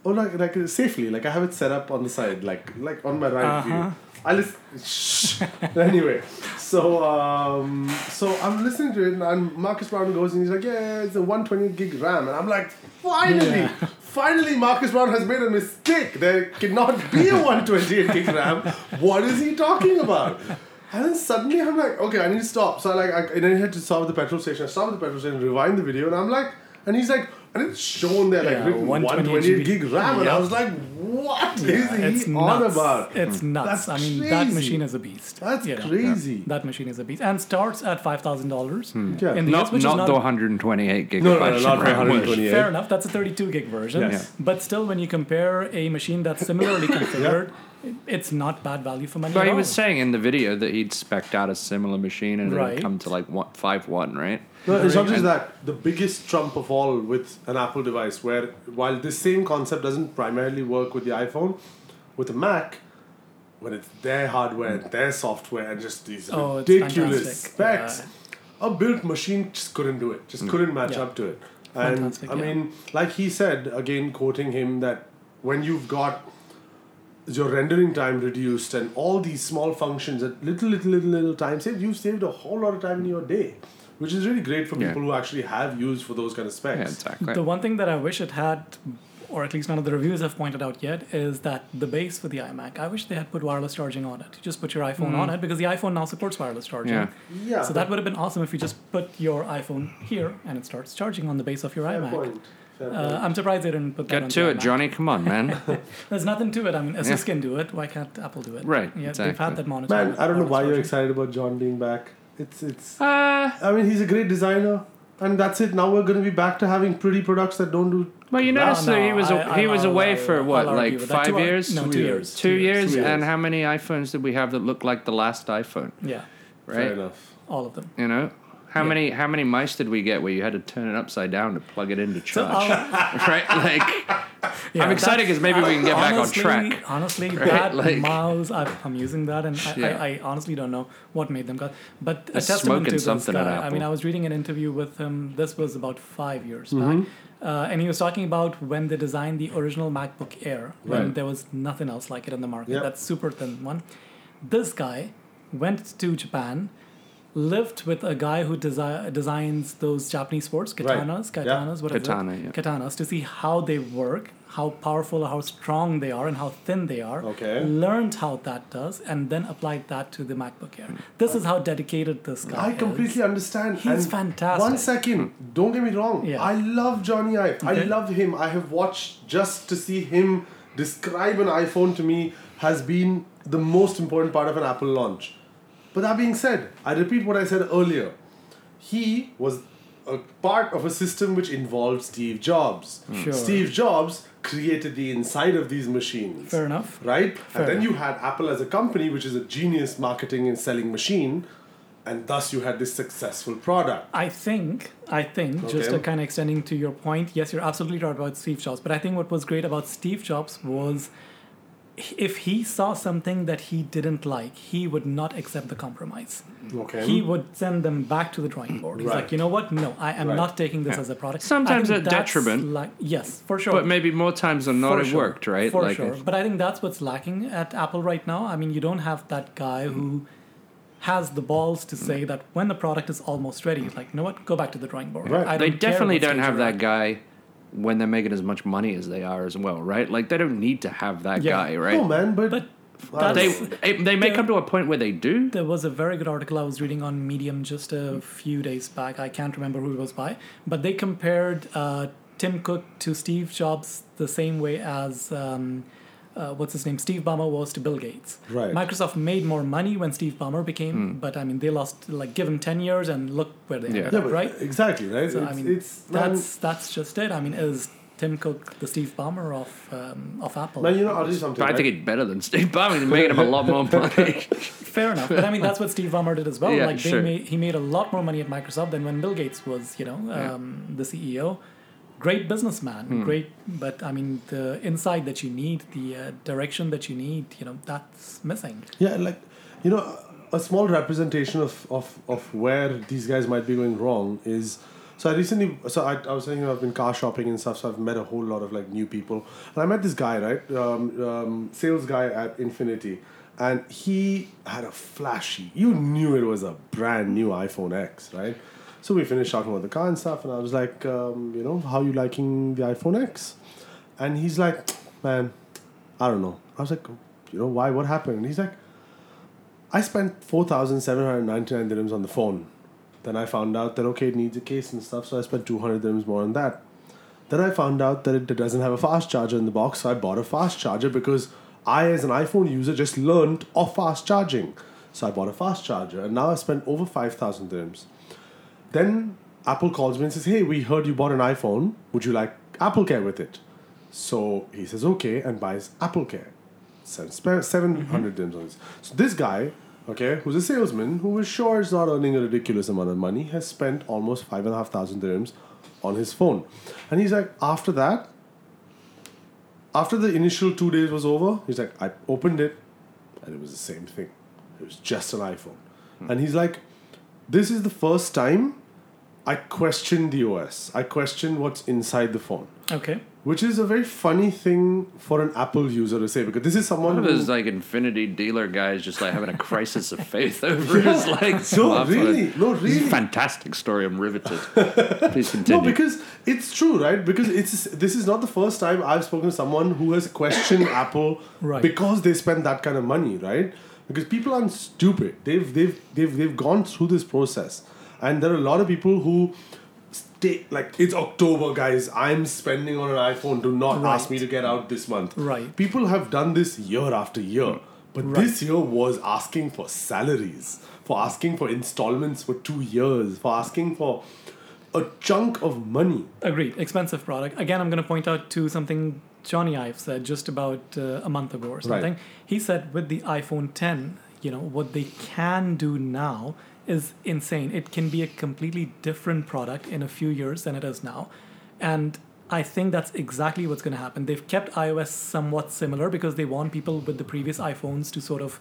C: Oh, like, like uh, safely. Like I have it set up on the side, like like on my right
A: Uh-huh.
C: view. I listen. Shh. *laughs* anyway, so um, so I'm listening to it, and I'm, Marcus Brown goes and he's like, "Yeah, it's a 120 gig RAM," and I'm like, "Finally,
A: Yeah.
C: finally, Marcus Brown has made a mistake. There cannot be a 128 gig RAM. What is he talking about?" And then suddenly I'm like, "Okay, I need to stop." So I like, I, and then I had to stop at the petrol station. I stopped at the petrol station, rewind the video, and I'm like, and he's like, and it's shown there like
A: Yeah,
C: written
A: 128
C: 128 gig RAM, and I
A: Yeah.
C: was like, "What is
A: it's
C: he
A: nuts.
C: on about?"
A: It's nuts.
C: That's
A: I mean, that
C: crazy.
A: machine is a beast.
C: That's
A: You know,
C: crazy.
A: That machine is a beast, and starts at five thousand dollars
C: Hmm. Yeah.
A: in the US,
B: Not,
A: which
B: not,
A: is not
B: the 128 gigabyte.
C: No, no, no, not
B: RAM, which-
C: 128.
A: Fair enough. That's a 32 gig version.
C: Yes.
A: But still, when you compare a machine that's
C: *coughs*
A: similarly configured, it's not bad value for money.
B: But
A: at
B: he
A: all.
B: was saying in the video that he'd spec'd out a similar machine and it
A: Right.
B: would come to like one, five one, right?
C: No, it's not
B: And-
C: just that. The biggest trump of all with an Apple device, where while this same concept doesn't primarily work with the iPhone, with a Mac, when it's their hardware and their software and just these
A: Oh, it's
C: ridiculous
A: fantastic. Yeah.
C: specs, a built machine just couldn't do it. Just couldn't match
A: Yeah.
C: up to it. And
A: Fantastic,
C: I
A: yeah.
C: mean, like he said again, quoting him that when you've got your rendering time reduced and all these small functions at little little little little time saved you've saved a whole lot of time in your day which is really great for
B: Yeah.
C: people who actually have used for those kind of
B: Yeah,
C: specs
B: exactly.
A: The one thing that I wish it had, or at least none of the reviews have pointed out yet, is that the base for the iMac. I wish they had put wireless charging on it. You just put your iPhone
C: Hmm.
A: on it because the iPhone now supports wireless charging.
B: Yeah.
C: yeah
A: So that would have been awesome if you just put your iPhone here and it starts charging on the base of your
C: fair
A: iMac.
C: point fair
A: Uh,
C: point.
A: I'm surprised they didn't put that on
B: Get to
A: the
B: it,
A: iMac.
B: Johnny. Come on, man.
A: *laughs* There's nothing to it. I mean, Asus can do it. Why can't Apple do it?
B: Right,
A: Yeah, they've
B: exactly.
A: had that monitor.
C: man i don't know why you're
A: monitor.
C: excited about john being back it's it's
B: uh,
C: i mean he's a great designer and that's it now we're going to be back to having pretty products that don't do
B: well, you
A: No,
B: noticed that he
A: no,
B: was
A: I-
B: he
A: I'll-
B: was
A: I'll-
B: away
A: I'll-
B: for what,
A: I'll argue
B: like
A: with that.
B: five
A: Two-
B: years?
A: No, two,
C: Two
A: years.
B: Two years,
C: Two
B: and
C: years.
B: how many iPhones did we have that look like the last iPhone?
A: Yeah,
C: fair
B: Right?
C: enough
A: all of them.
B: You know, how
A: Yeah.
B: many how many mice did we get where you had to turn it upside down to plug it into
A: So
B: charge?
A: I'll,
B: *laughs* right?
A: *laughs*
B: Like,
A: Yeah,
B: I'm excited
A: that's-
B: because maybe we can get back on
A: honestly-
B: track.
A: Honestly,
B: Right,
A: that
B: *laughs* like-
A: miles I've, I'm using that, and I,
B: Yeah.
A: I, I honestly don't know what made them cut. But a
B: They're
A: testament to
B: smoking
A: this
B: something at
A: guy. I mean,
B: Apple.
A: I was reading an interview with him. This was about five years
C: Mm-hmm.
A: back, uh, and he was talking about when they designed the original MacBook Air, when
C: Right.
A: there was nothing else like it on the market.
C: Yep.
A: That super thin one. This guy went to Japan. Lived with a guy who desi- designs those Japanese swords, katanas,
C: Yeah.
A: katanas, what is it?
B: Katana, yeah.
A: katanas to see how they work, how powerful, how strong they are, and how thin they are.
C: Okay.
A: Learned how that does, and then applied that to the MacBook Air. This is how dedicated this guy
C: I
A: is.
C: completely understand.
A: He's
C: And
A: fantastic.
C: One second, don't get me wrong.
A: Yeah.
C: I love Johnny Ive. I
A: Okay.
C: love him. I have watched just to see him describe an iPhone to me has been the most important part of an Apple launch. But that being said, I repeat what I said earlier. He was a part of a system which involved Steve Jobs.
A: Hmm. Sure.
C: Steve Jobs created the inside of these machines
A: Fair enough.
C: right?
A: Fair
C: and then
A: enough.
C: you had Apple as a company, which is a genius marketing and selling machine, and thus you had this successful product.
A: I think, I think, just
C: Okay.
A: to kind of extending to your point, yes, you're absolutely right about Steve Jobs. But I think what was great about Steve Jobs was if he saw something that he didn't like, he would not accept the compromise.
C: Okay.
A: Mm. He would send them back to the drawing board. He's
C: Right.
A: like, you know what? No, I am
C: Right.
A: not taking this as a product. I
B: Sometimes
A: think
B: at
A: that's
B: detriment.
A: Like, yes, for sure.
B: but maybe more times than not,
A: For
B: it
A: sure.
B: worked, right?
A: For
B: like,
A: sure. But I think that's what's lacking at Apple right now. I mean, you don't have that guy who has the balls to say
B: Mm.
A: that when the product is almost ready, it's like, you know what? Go back to the drawing board.
C: Right.
A: I
B: they
A: don't care
B: definitely
A: what
B: don't
A: stage
B: have
A: you're
B: that
A: at.
B: guy when they're making as much money as they are as well, right? Like they don't need to have that
A: Yeah.
B: guy, right?
C: No man, but,
A: But
C: Wow.
B: they
A: that's-
B: it- they may
A: Yeah.
B: come to a point where they do.
A: There was a very good article I was reading on Medium just a few days back. I can't remember who it was by, but they compared uh, Tim Cook to Steve Jobs the same way as um, uh, what's his name, Steve Ballmer was to Bill Gates.
C: Right.
A: Microsoft made more money when Steve Ballmer became, but I mean they lost like give him ten years and look where they
B: Yeah.
A: ended
C: yeah,
A: up,
C: but
A: right?
C: exactly right.
A: So
C: it's,
A: I mean
C: it's man,
A: that's that's just it. I mean is Tim Cook the Steve Ballmer of um, of Apple.
C: Man, you know, I'll do something.
B: But I
C: right?
B: think it's better than Steve Ballmer. He's making him a lot
C: *laughs*
B: more money.
A: Fair enough, but I mean that's what Steve Ballmer did as well.
B: Yeah,
A: like they
B: sure.
A: made, he made a lot more money at Microsoft than when Bill Gates was, you know,
B: Yeah. Hmm.
A: um, the CEO. Great businessman, great, but I mean the insight that you need, the uh, direction that you need, you know, that's missing.
C: Yeah, like you know, a small representation of of of where these guys might be going wrong is. So I recently, so I, I was saying you know, I've been car shopping and stuff. So I've met a whole lot of like new people, and I met this guy right, um, um, sales guy at Infinity, and he had a flashy. You knew it was a brand new iPhone X, right? So we finished talking about the car and stuff, and I was like, um, you know, how you liking the iPhone X? And he's like, man, I don't know. I was like, you know, why? What happened? And he's like, I spent 4,799 dirhams on the phone. Then I found out that, okay, it needs a case and stuff, so I spent 200 dirhams more on that. Then I found out that it doesn't have a fast charger in the box, so I bought a fast charger because I, as an iPhone user, just learned of fast charging. So I bought a fast charger, and now I spent over 5,000 dirhams. Then Apple calls me and says, Hey, we heard you bought an iPhone. Would you like Apple Care with it? So he says, Okay, and buys Apple Care. Seven, spare 700 dirhams on this. So this guy, okay, who's a salesman who is sure is not earning a ridiculous amount of money, has spent almost 5,500 dirhams on his phone. And he's like, After that, after the initial two days was over, he's like, I opened it and it was the same thing. It was just an iPhone. And he's like, this is the first time I questioned the OS. I questioned what's inside the phone,
A: Okay,
C: which is a very funny thing for an Apple user to say because this is someone
B: One of
C: who-
B: those like infinity dealer guys just like having a crisis of faith *laughs* over his like
C: *laughs* no,
B: smartphone.
C: really, no,
B: This is a
C: really.
B: fantastic story. I'm
C: *laughs*
B: riveted. Please continue.
C: No, because it's true, right? Because it's this is not the first time I've spoken to someone who has questioned Apple
A: Right.
C: because they spend that kind of money, right? Because people aren't stupid. They've they've they've they've gone through this process, and there are a lot of people who stay like it's October, guys. I'm spending on an iPhone. Do not ask
A: Right.
C: me to get out this month.
A: Right.
C: People have done this year after year. But this year was asking for salaries, for asking for installments for two years, for asking for a chunk of money.
A: agreed. Expensive product. Again, I'm going to point out to something Johnny Ive said just about uh, a month ago or something. He said with the iPhone 10, you know what they can do now is insane. It can be a completely different product in a few years than it is now, and I think that's exactly what's going to happen. They've kept iOS somewhat similar because they want people with the previous iPhones to sort of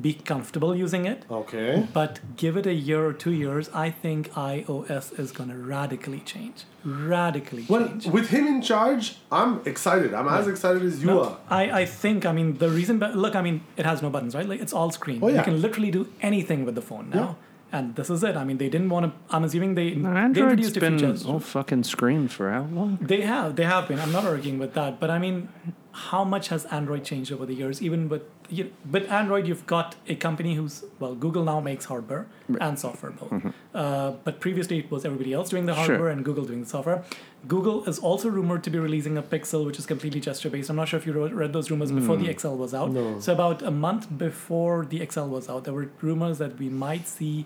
A: be comfortable using it.
C: Okay.
A: But give it a year or two years, I think iOS is going to radically change. Radically
C: Well,
A: change.
C: with him in charge, I'm excited. I'm as excited as you are.
A: I, I think, I mean, the reason, but look, I mean, it has no buttons, right? Like, it's all screen.
C: Oh, yeah.
A: You can literally do anything with the phone now. And this is it. I mean, they didn't want to, I'm assuming they, they
B: Android's
A: introduced a
B: been
A: feature.
B: all fucking screen for how long?
A: They have, they have been. I'm not arguing with that, but I mean, how much has Android changed over the years? Even with you with Android, you've got a company who's well, Google now makes hardware and software both. Uh, but previously, it was everybody else doing the
B: Sure.
A: hardware and Google doing the software. Google is also rumored to be releasing a Pixel, which is completely gesture based. I'm not sure if you wrote, read those rumors before the Excel was out.
C: No.
A: So about a month before the Excel was out, there were rumors that we might see.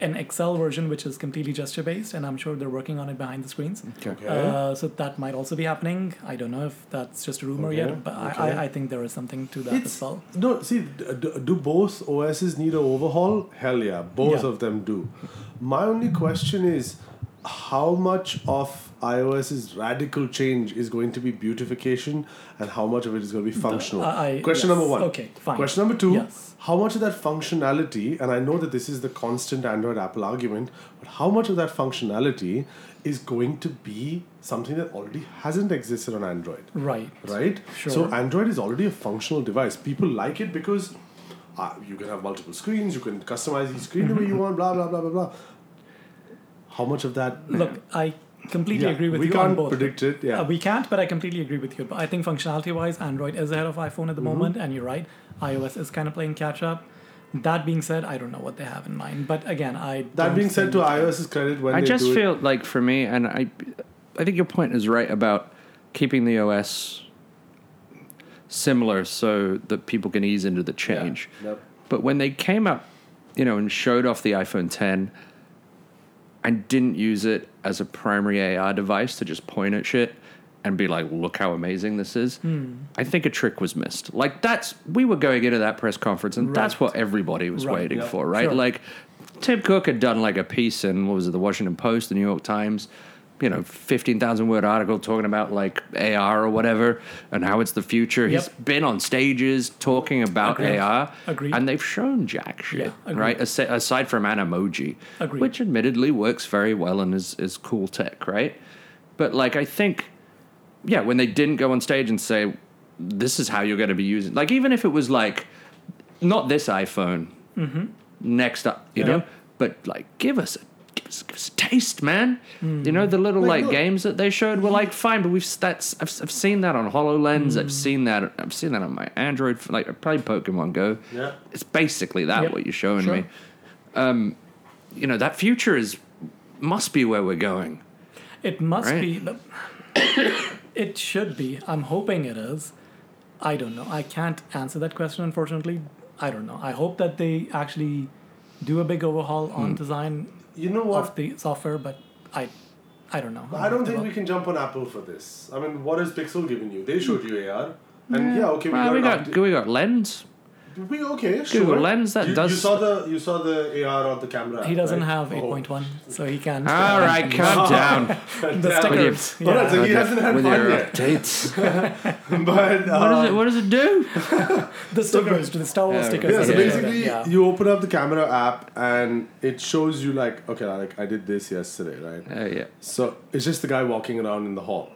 A: An Excel version which is completely gesture based, and I'm sure they're working on it behind the screens.
B: Mm.
C: Okay.
A: Uh, so that might also be happening. I don't know if that's just a rumor
C: Okay,
A: yet, but I,
C: okay.
A: I, I think there is something to that
C: it's
A: as well.
C: no. See, d- d- do both OSs need an overhaul? Hell yeah, both
A: Yeah.
C: of them do. My only question is, how much of iOS's radical change is going to be beautification, and how much of it is going to be functional?
A: I- I-
C: question
A: yes.
C: number one.
A: Okay, fine.
C: Question number two.
A: Yes.
C: How much of that functionality, and I know that this is the constant Android Apple argument, but how much of that functionality is going to be something that already hasn't existed on Android?
A: Right.
C: right?
A: Sure.
C: So Android is already a functional device. People like it because uh, you can have multiple screens, you can customize each screen the way
A: *laughs*
C: you want, blah blah blah blah blah. How much of that?
A: Look, I completely
C: Yeah,
A: agree with
C: we
A: you
C: can't
A: on both.
C: predict it. Yeah,
A: Uh, we can't, but I completely agree with you. But I think functionality-wise, Android is ahead of iPhone at the
C: Mm-hmm.
A: moment, and you're right. iOS is kind of playing catch-up. That being said, I don't know what they have in mind. But again, I
C: that
A: don't
C: being said, to
A: think-
C: iOS's credit, when
B: I
C: they
B: just
C: do
B: feel like for me, and I, I think your point is right about keeping the OS similar so that people can ease into the
C: it, yeah.
B: change.
C: Yep.
B: But when they came up, you know, and showed off the iPhone 10 and didn't use it as a primary AR device to just point at shit, and be like, look how amazing this is.
A: Hmm.
B: I think a trick was missed. Like that's we were going into that press conference, and that's what everybody was
A: Right.
B: waiting
C: Yeah.
B: for, right?
A: Sure.
B: Like Tim Cook had done like a piece in what was it, the Washington Post, the New York Times. You know, fifteen thousand word article talking about like AR or whatever, and how it's the future. He's
A: Yep.
B: been on stages talking about
A: Agreed.
B: AR,
A: Agreed.
B: and they've shown jack shit,
A: Yeah, agreed.
B: right? Asi- aside from an emoji,
A: Agreed.
B: which admittedly works very well and is, is cool tech, right? But like, I think, yeah, when they didn't go on stage and say, this is how you're going to be using, like, even if it was like, not this iPhone,
A: Mm-hmm.
B: next up, you know, but like, give us a. Give us, give us a taste, man. You
A: Mm.
B: know the little like,
C: look-
B: games that they showed were like fine, but we've s- that's I've, I've seen that on Hololens.
A: Mm.
B: I've seen that I've seen that on my Android. f- Like I played Pokemon Go.
C: Yeah.
B: it's basically that
A: Yep.
B: what you're showing
A: Sure.
B: me. Um, you know that future is must be where we're going.
A: It must
B: Right.
A: be. But *coughs* it should be. I'm hoping it is. I don't know. I can't answer that question, unfortunately. I don't know. I hope that they actually do a big overhaul
B: Hmm.
A: on design
C: You know
A: of
C: what?
A: the software, but I, I don't know.
C: I don't think we can jump on Apple for this. I mean, what has Pixel given you? They showed you AR. And yeah, okay, we
B: Well, we
C: got,
B: got
C: an
B: we got lens.
C: upda- we okay, sure.
B: Google Lens, that
C: you,
B: does-
C: You saw the you saw the AR on the camera.
A: He
C: app,
A: doesn't
C: right?
A: have
C: Oh.
A: 8.1, so he can't.
B: All right,
C: *laughs*
B: calm down.
A: The
C: Damn.
A: stickers.
C: All right,
A: Yeah.
C: so he hasn't had
B: with
C: fun
B: your
C: yet. *laughs*
B: updates. What
C: But uh,
B: does it? What does it
C: *laughs*
B: do?
A: The stickers, the Star Wars
B: Yeah,
A: stickers.
C: yeah, so
B: Yeah.
C: basically,
A: Yeah.
C: you open up the camera app and it shows you like, okay, like I did this yesterday, right?
B: Oh yeah,
C: So it's just the guy walking around in the hall,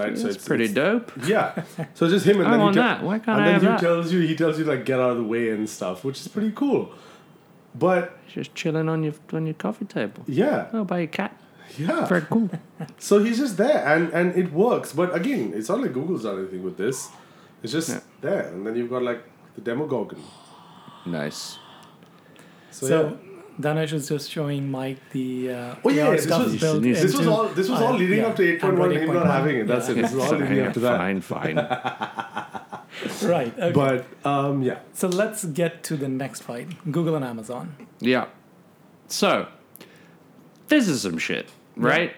C: right? so
B: it's pretty dope.
C: Yeah. So just him and
B: I
C: then
B: want
C: he
B: that. Why can't
C: and
B: I
C: then
B: have
C: he
B: that?
C: tells you he tells you like get out of the way and stuff, which is pretty cool. But
B: Just chilling on your on your coffee table.
C: yeah, Ah.
B: Oh, by your cat.
C: yeah.
B: Very cool.
C: So he's just there and and it works. But again, it's not like Google's done anything with this. It's just
B: Yeah.
C: there, and then you've got like the Demogorgon.
B: nice.
C: So,
A: So
C: yeah.
A: Danish is just showing Mike the uh,
C: Oh, yeah,
A: AR
C: this
A: stuff
C: was-
A: built
B: this
C: This was
A: into-
C: all. This was
A: uh,
C: all leading
A: yeah,
C: up to eight point one.
A: Android
C: Him not
A: 8.1.
C: having it. That's it. This is
B: *laughs*
C: all leading up to that.
B: fine, fine.
A: *laughs* Right. Okay.
C: But um, yeah,
A: so let's get to the next fight: Google and Amazon.
B: Yeah. So, this is some shit, right?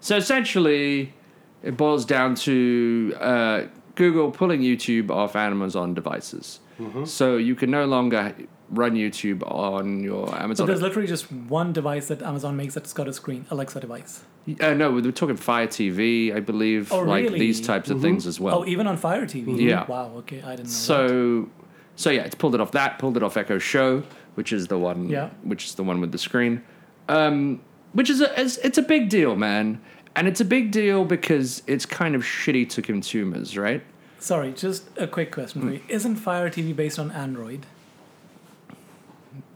B: So essentially, it boils down to uh, Google pulling YouTube off Amazon devices.
A: Mm-hmm.
B: So you can no longer run YouTube on your
A: So
B: Amazon.
A: there's literally just one device that Amazon makes that's got a screen, Alexa device.
B: uh, no, we're talking Fire TV, I believe,
A: Oh,
B: like
A: really?
B: these types of things as well.
A: oh, even on Fire TV.
B: Yeah.
A: Wow. Okay, I didn't know. that.
B: So, so yeah, it's pulled it off that, pulled it off Echo Show, which is the one,
A: Yeah.
B: which is the one with the screen, um, which is a, it's, it's a big deal, man, and it's a big deal because it's kind of shitty to consumers, right?
A: sorry, just a quick question
C: Hmm.
A: for you: Isn't Fire TV based on Android?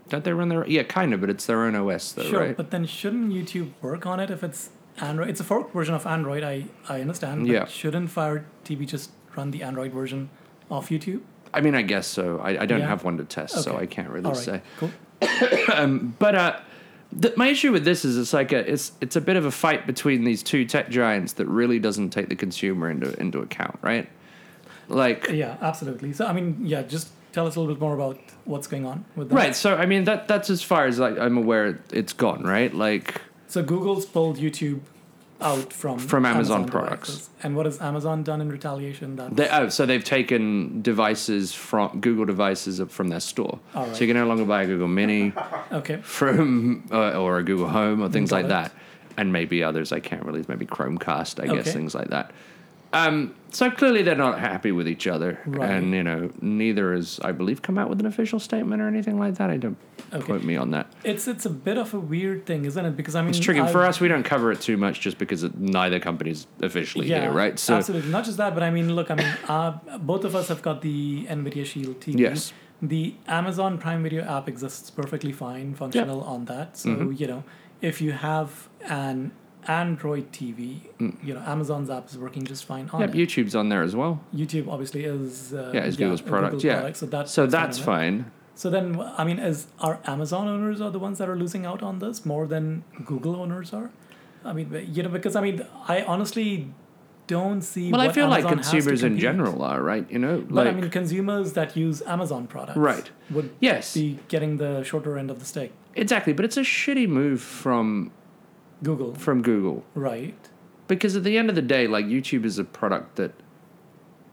B: Don't they run their yeah, kind of, but it's their own OS though,
A: Sure,
B: right?
A: but then shouldn't YouTube work on it if it's Android? It's a forked version of Android. I I understand. But
B: Yeah.
A: Shouldn't Fire TV just run the Android version of YouTube?
B: I mean, I guess so. I, I don't
A: Yeah.
B: have one to test, so
A: Okay.
B: I can't really
A: All right.
B: say.
A: Cool.
B: But uh, th- my issue with this is it's like a it's it's a bit of a fight between these two tech giants that really doesn't take the consumer into into account, right? Like
A: Yeah, absolutely. So I mean, yeah, just tell us a little bit more about what's going on with that.
B: Right. So I mean that that's as far as like I'm aware it- it's gone, right? Like
A: So Google's pulled YouTube out from
B: From Amazon products.
A: devices. And what has Amazon done in retaliation? That
B: they oh, so they've taken devices from Google devices up from their store.
A: All
B: So you can no longer buy a Google
A: *laughs*
B: Mini
A: okay.
B: from uh, or a Google Home or things
A: Got
B: like
A: it.
B: that. And maybe others I can't really maybe Chromecast, I
A: Okay.
B: guess things like that. Um, so clearly they're not happy with each other.
A: Right.
B: And you know, neither has I believe come out with an official statement or anything like that. I don't
A: Okay.
B: quote me on that. It's
A: It's it's a bit of a weird thing, isn't it? Because I mean,
B: tricky for
A: I've-
B: us. We don't cover it too much just because it, neither company's officially
A: Yeah,
B: here, right? So
A: absolutely. Not just that, but I mean, look, I
B: *coughs*
A: mean, uh, both of us have got the Nvidia Shield TV.
B: Yes.
A: The Amazon Prime Video app exists perfectly fine, functional on that. So
B: Mm-hmm.
A: you know, if you have an Android TV,
B: Mm.
A: you know, Amazon's app is working just fine on
B: Yep,
A: it.
B: YouTube's on there as well.
A: YouTube obviously is uh,
B: Yeah, it's Google's
A: a
B: product.
A: Google
B: yeah,
A: so that's
B: so that's
A: right?
B: fine.
A: So then, I mean, as our Amazon owners are the ones that are losing out on this more than Google owners are. I mean, but, you know, because I mean, I honestly don't see.
B: Well, I
A: what
B: feel like
A: Amazon has to
B: consumers in
A: compete.
B: general are right. You know,
A: But
B: like
A: I mean, consumers that use Amazon products
B: Right.
A: would
B: yes,
A: be getting the shorter end of the stick.
B: exactly. But it's a shitty move from
A: Google,
B: from Google
A: right?
B: because at the end of the day, like YouTube is a product that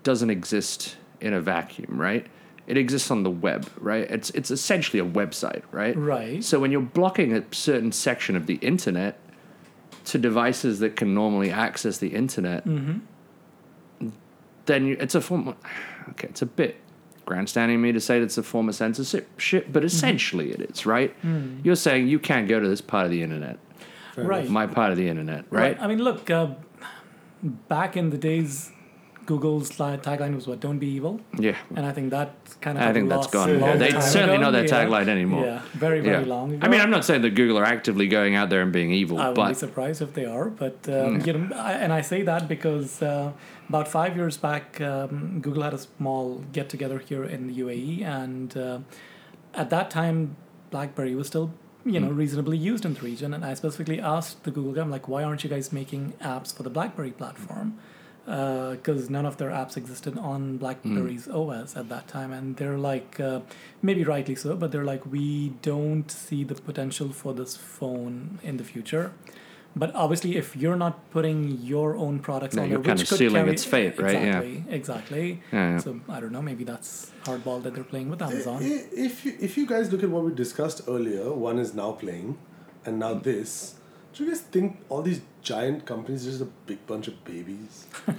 B: doesn't exist in a vacuum, right? It exists on the web, right? It's it's essentially a website, right?
A: Right.
B: So when you're blocking a certain section of the internet to devices that can normally access the internet,
A: Mm-hmm.
B: then you, it's a form. Okay, it's a bit grandstanding me to say it's a form of censorship, shit,
A: Mm-hmm.
B: but essentially it is, right?
A: Mm.
B: You're saying you can't go to this part of the internet,
A: right.
B: my part of the internet, right?
A: I mean, look, uh, back in the days, Google's li- tagline was what? Don't be evil.
B: Yeah.
A: And I think that kind of
B: I
A: got
B: think that's
A: lost
B: gone.
A: a
B: Yeah,
A: long
B: they
A: time
B: certainly
A: ago.
B: not their
A: Yeah.
B: tagline anymore.
A: Yeah, very very long. Ago.
B: I mean, I'm not saying that Google are actively going out there and being evil,
A: I would be
B: but Mm.
A: surprised if they are, but um, you know, I, and I say that because uh, about five years back, um, Google had a small get together here in the UAE, and uh, at that time, BlackBerry was still you
B: Mm.
A: know reasonably used in the region, and I specifically asked the Google guy, I'm like, why aren't you guys making apps for the BlackBerry platform? Because Uh, none of their apps existed on BlackBerry's
B: Hmm.
A: OS at that time, and they're like, uh, maybe rightly so, but they're like, we don't see the potential for this phone in the future. But obviously, if you're not putting your own products
B: No,
A: on
B: you're
A: there, which
B: kinda
A: could
B: sealing
A: carry-
B: its fate, right? Yeah.
A: Exactly, exactly.
B: Yeah, yeah.
A: So I don't know. Maybe that's hardball that they're playing with Amazon.
C: I- If you, if you guys look at what we discussed earlier, one is now playing, and now this. Do you guys think all these giant companies are just a big bunch of babies?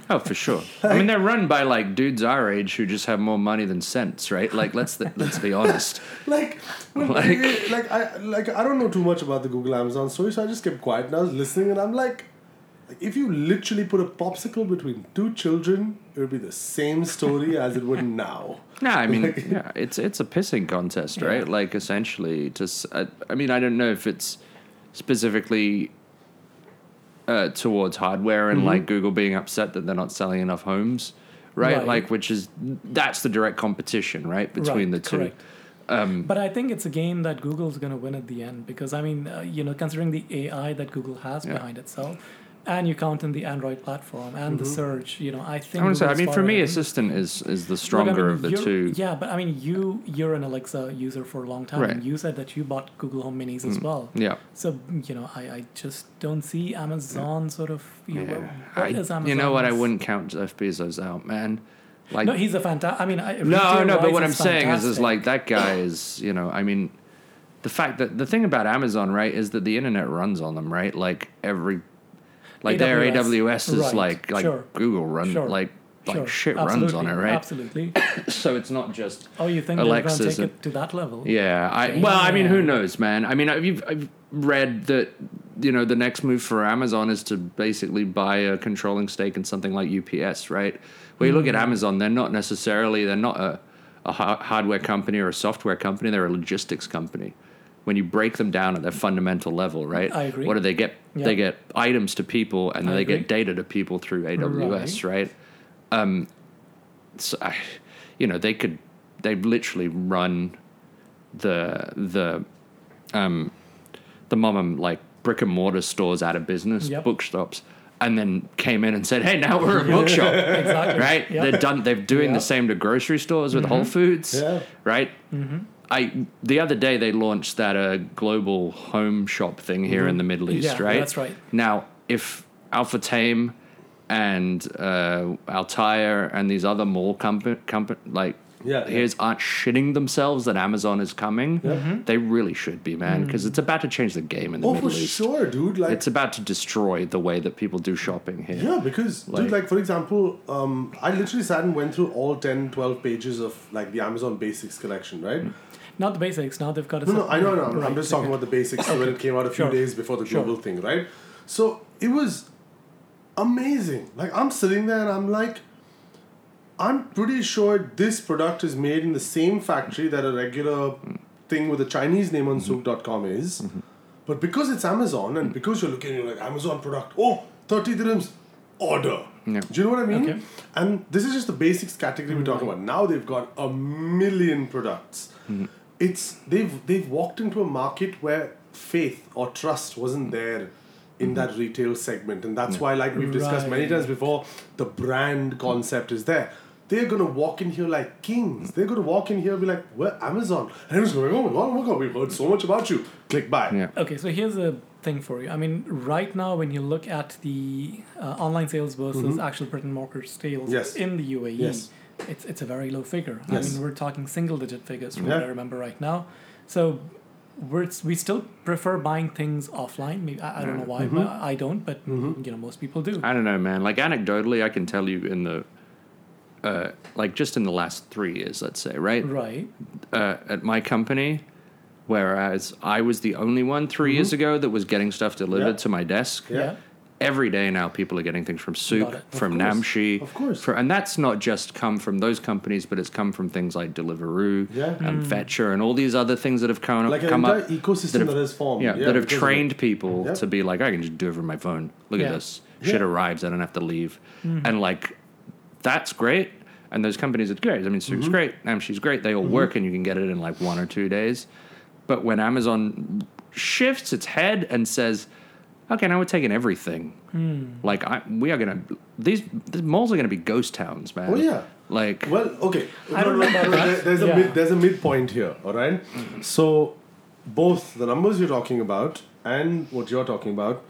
B: oh, for
A: *laughs*
B: sure. I mean, they're run by like dudes our age who just have more money than sense, right? Like, let's let's be honest.
C: Like, when-
B: Like-
C: like, I like I don't know too much about the Google Amazon story, so I just kept quiet and I was listening, and I'm like, like, if you literally put a popsicle between two children, it would be the same story as it would *laughs* now.
B: No, I
A: *laughs*
B: mean, yeah, it's it's a pissing contest, right? Like essentially, to s- I, I mean, I don't know if it's specifically uh, towards hardware
A: Mm-hmm.
B: and like Google being upset that they're not selling enough homes, right?
A: Right.
B: Like, which is that's the direct competition, right, between
A: Right,
B: the two. Um,
A: correct. but I think it's a game that Google's going to win at the end because I mean, uh, you know, considering the AI that Google has
B: Yeah.
A: behind itself, and you count in the Android platform and the search, you know, I think.
B: Mm-hmm. I want to say, I
A: Google's
B: mean,
A: far
B: for me,
A: ahead.
B: assistant is is the
A: Look, I
B: stronger
A: mean,
B: of the
A: you're-
B: two.
A: Yeah, but I mean, you you're an Alexa user for a long time,
B: Right. Mm.
A: and you said that you bought Google Home Minis as well.
B: Yeah.
A: So you know, I, I just don't see Amazon sort of. You, know,
B: I,
A: what is Amazon?
B: you know what? I wouldn't count Jeff Bezos out, man. Like,
A: No, he's a fantastic. I mean, I,
B: No, no, but
A: retail-wise,
B: what I'm
A: he's
B: saying is, is
A: fantastic.
B: like that guy is, you know, I mean, the fact that the thing about Amazon, right, is that the internet runs on them, right? Like every, like their
A: AWS.
B: AWS is
A: Right.
B: like like
A: Sure.
B: Google run
A: Sure.
B: like like
A: Sure,
B: shit runs on it,
A: absolutely,
B: right?
A: Absolutely.
B: So it's not just
A: Oh, you think
B: Alexas
A: they're going to
B: and-
A: take it to that level?
B: yeah. I well, I mean, who
A: Yeah.
B: knows, man? I mean, I've I've read that you know the next move for Amazon is to basically buy a controlling stake in something like UPS, right? When you look
A: Hmm.
B: at Amazon, they're not necessarily they're not a a ha- hardware company or a software company. They're a logistics company. When you break them down at their fundamental level, right?
A: I agree.
B: What do they get?
A: Yeah.
B: They get items to people, and then
A: I
B: they get
A: agree.
B: data to people through AWS, right? Um, so I, you know, they could they literally run the the um the mom and like brick and mortar stores out of business,
A: Yep.
B: bookshops, and then came in and said, "Hey, now
A: *laughs*
B: we're a bookshop."
A: Exactly.
B: right?
A: Yeah.
B: They're done. They're doing
A: Yeah.
B: the same to grocery stores with
A: Mm-hmm.
B: Whole Foods,
C: Yeah.
B: right? I the other day they launched that uh, global home shop thing here in the Middle East,
A: Yeah,
B: right?
A: that's right.
B: Now, if Alpha Tame and uh, Altair and these other mall company, compa- like
C: Yeah, yeah.
B: here's aren't shitting themselves that Amazon is coming,
C: Yeah. Mhm.
B: they really should be, man, because it's about to change the game in the
C: Oh,
B: Middle
C: for
B: East.
C: sure, dude. Like,
B: It's about to destroy the way that people do shopping here.
C: Yeah, because
B: Like-
C: dude, like for example, um, I literally sat and went through all 10, 12 pages of like the Amazon Basics collection, right?
A: Not the basics. Now they've got a.
C: No, no, I know, no, I'm
A: Mm. Right,
C: just talking
A: okay.
C: about the Basics when it came out a few
A: Sure.
C: days before the
A: Sure.
C: global thing, right? So it was amazing. Like I'm sitting there and I'm like, I'm pretty sure this product is made in the same factory that a regular thing with a Chinese name on Souk.com is. But because it's Amazon and because you're looking, you're like, Amazon product, oh, 30 dirhams, order.
B: Yeah.
C: Do you know what I mean?
A: Okay.
C: And this is just the basics category we're talking about. Now they've got a million products. It's they've they've walked into a market where faith or trust wasn't there in that retail segment. And that's why, like we've discussed many
A: Right.
C: times before, the brand concept is there. They're gonna walk in here like kings. They're gonna walk in here and be like, "We're Amazon." And everyone's going, "Oh my god, oh my god, we've heard so much about you." Click buy.
B: Yeah.
A: Okay, so here's a thing for you. I mean, right now, when you look at the uh, online sales versus actual brick and mortar sales
C: Mm-hmm. Yes.
A: in the UAE,
C: Yes.
A: it's it's a very low figure. I
C: Yes.
A: mean, we're talking single digit figures from what
C: Yeah.
A: I remember right now. So we're s- we still prefer buying things offline. Maybe, I, I don't know why,
C: Mm-hmm.
A: but I don't. But you know, most people do.
B: I don't know, man. Like anecdotally, I can tell you in the, uh, like just in the last three years, let's say, right?
A: right.
B: uh, at my company, whereas I was the only one 3 years ago that was getting stuff delivered
C: Mm-hmm. Yeah.
B: to my desk.
C: Yeah.
A: Yeah.
B: Every day now, people are getting things from
A: Got
B: Souk,
A: it. Of
B: from
C: course.
B: Namshi,
C: Of course.
B: fro- and that's not just come from those companies, but it's come from things like Deliveroo
C: Yeah. Mm.
B: and Fetcher and all these other things that have come,
C: Like an
B: come
C: entire
B: up.
C: ecosystem
B: that
C: that,
B: have-
C: has formed.
B: Yeah, that have
C: because of
B: trained
C: it.
B: people
C: Yeah.
B: to be like, I can just do it from my phone. Look
A: Yeah.
B: at this. Shit
C: Yeah.
B: arrives. I don't have to leave. And like, that's great. And those companies are great. I mean, Soup's
C: Mm-hmm.
B: great. Namshi's great. They all work and you can get it in like one or two days. But when Amazon shifts its head and says, okay, now we're taking everything. Like, I, we are going to, these, these malls are going to be ghost towns, man.
C: Oh, yeah.
B: Like,
C: Well, okay.
A: I don't know about
C: there-
A: that.
C: There's a
A: Yeah.
C: mid, there's a midpoint here. All right? So both the numbers you're talking about and what you're talking about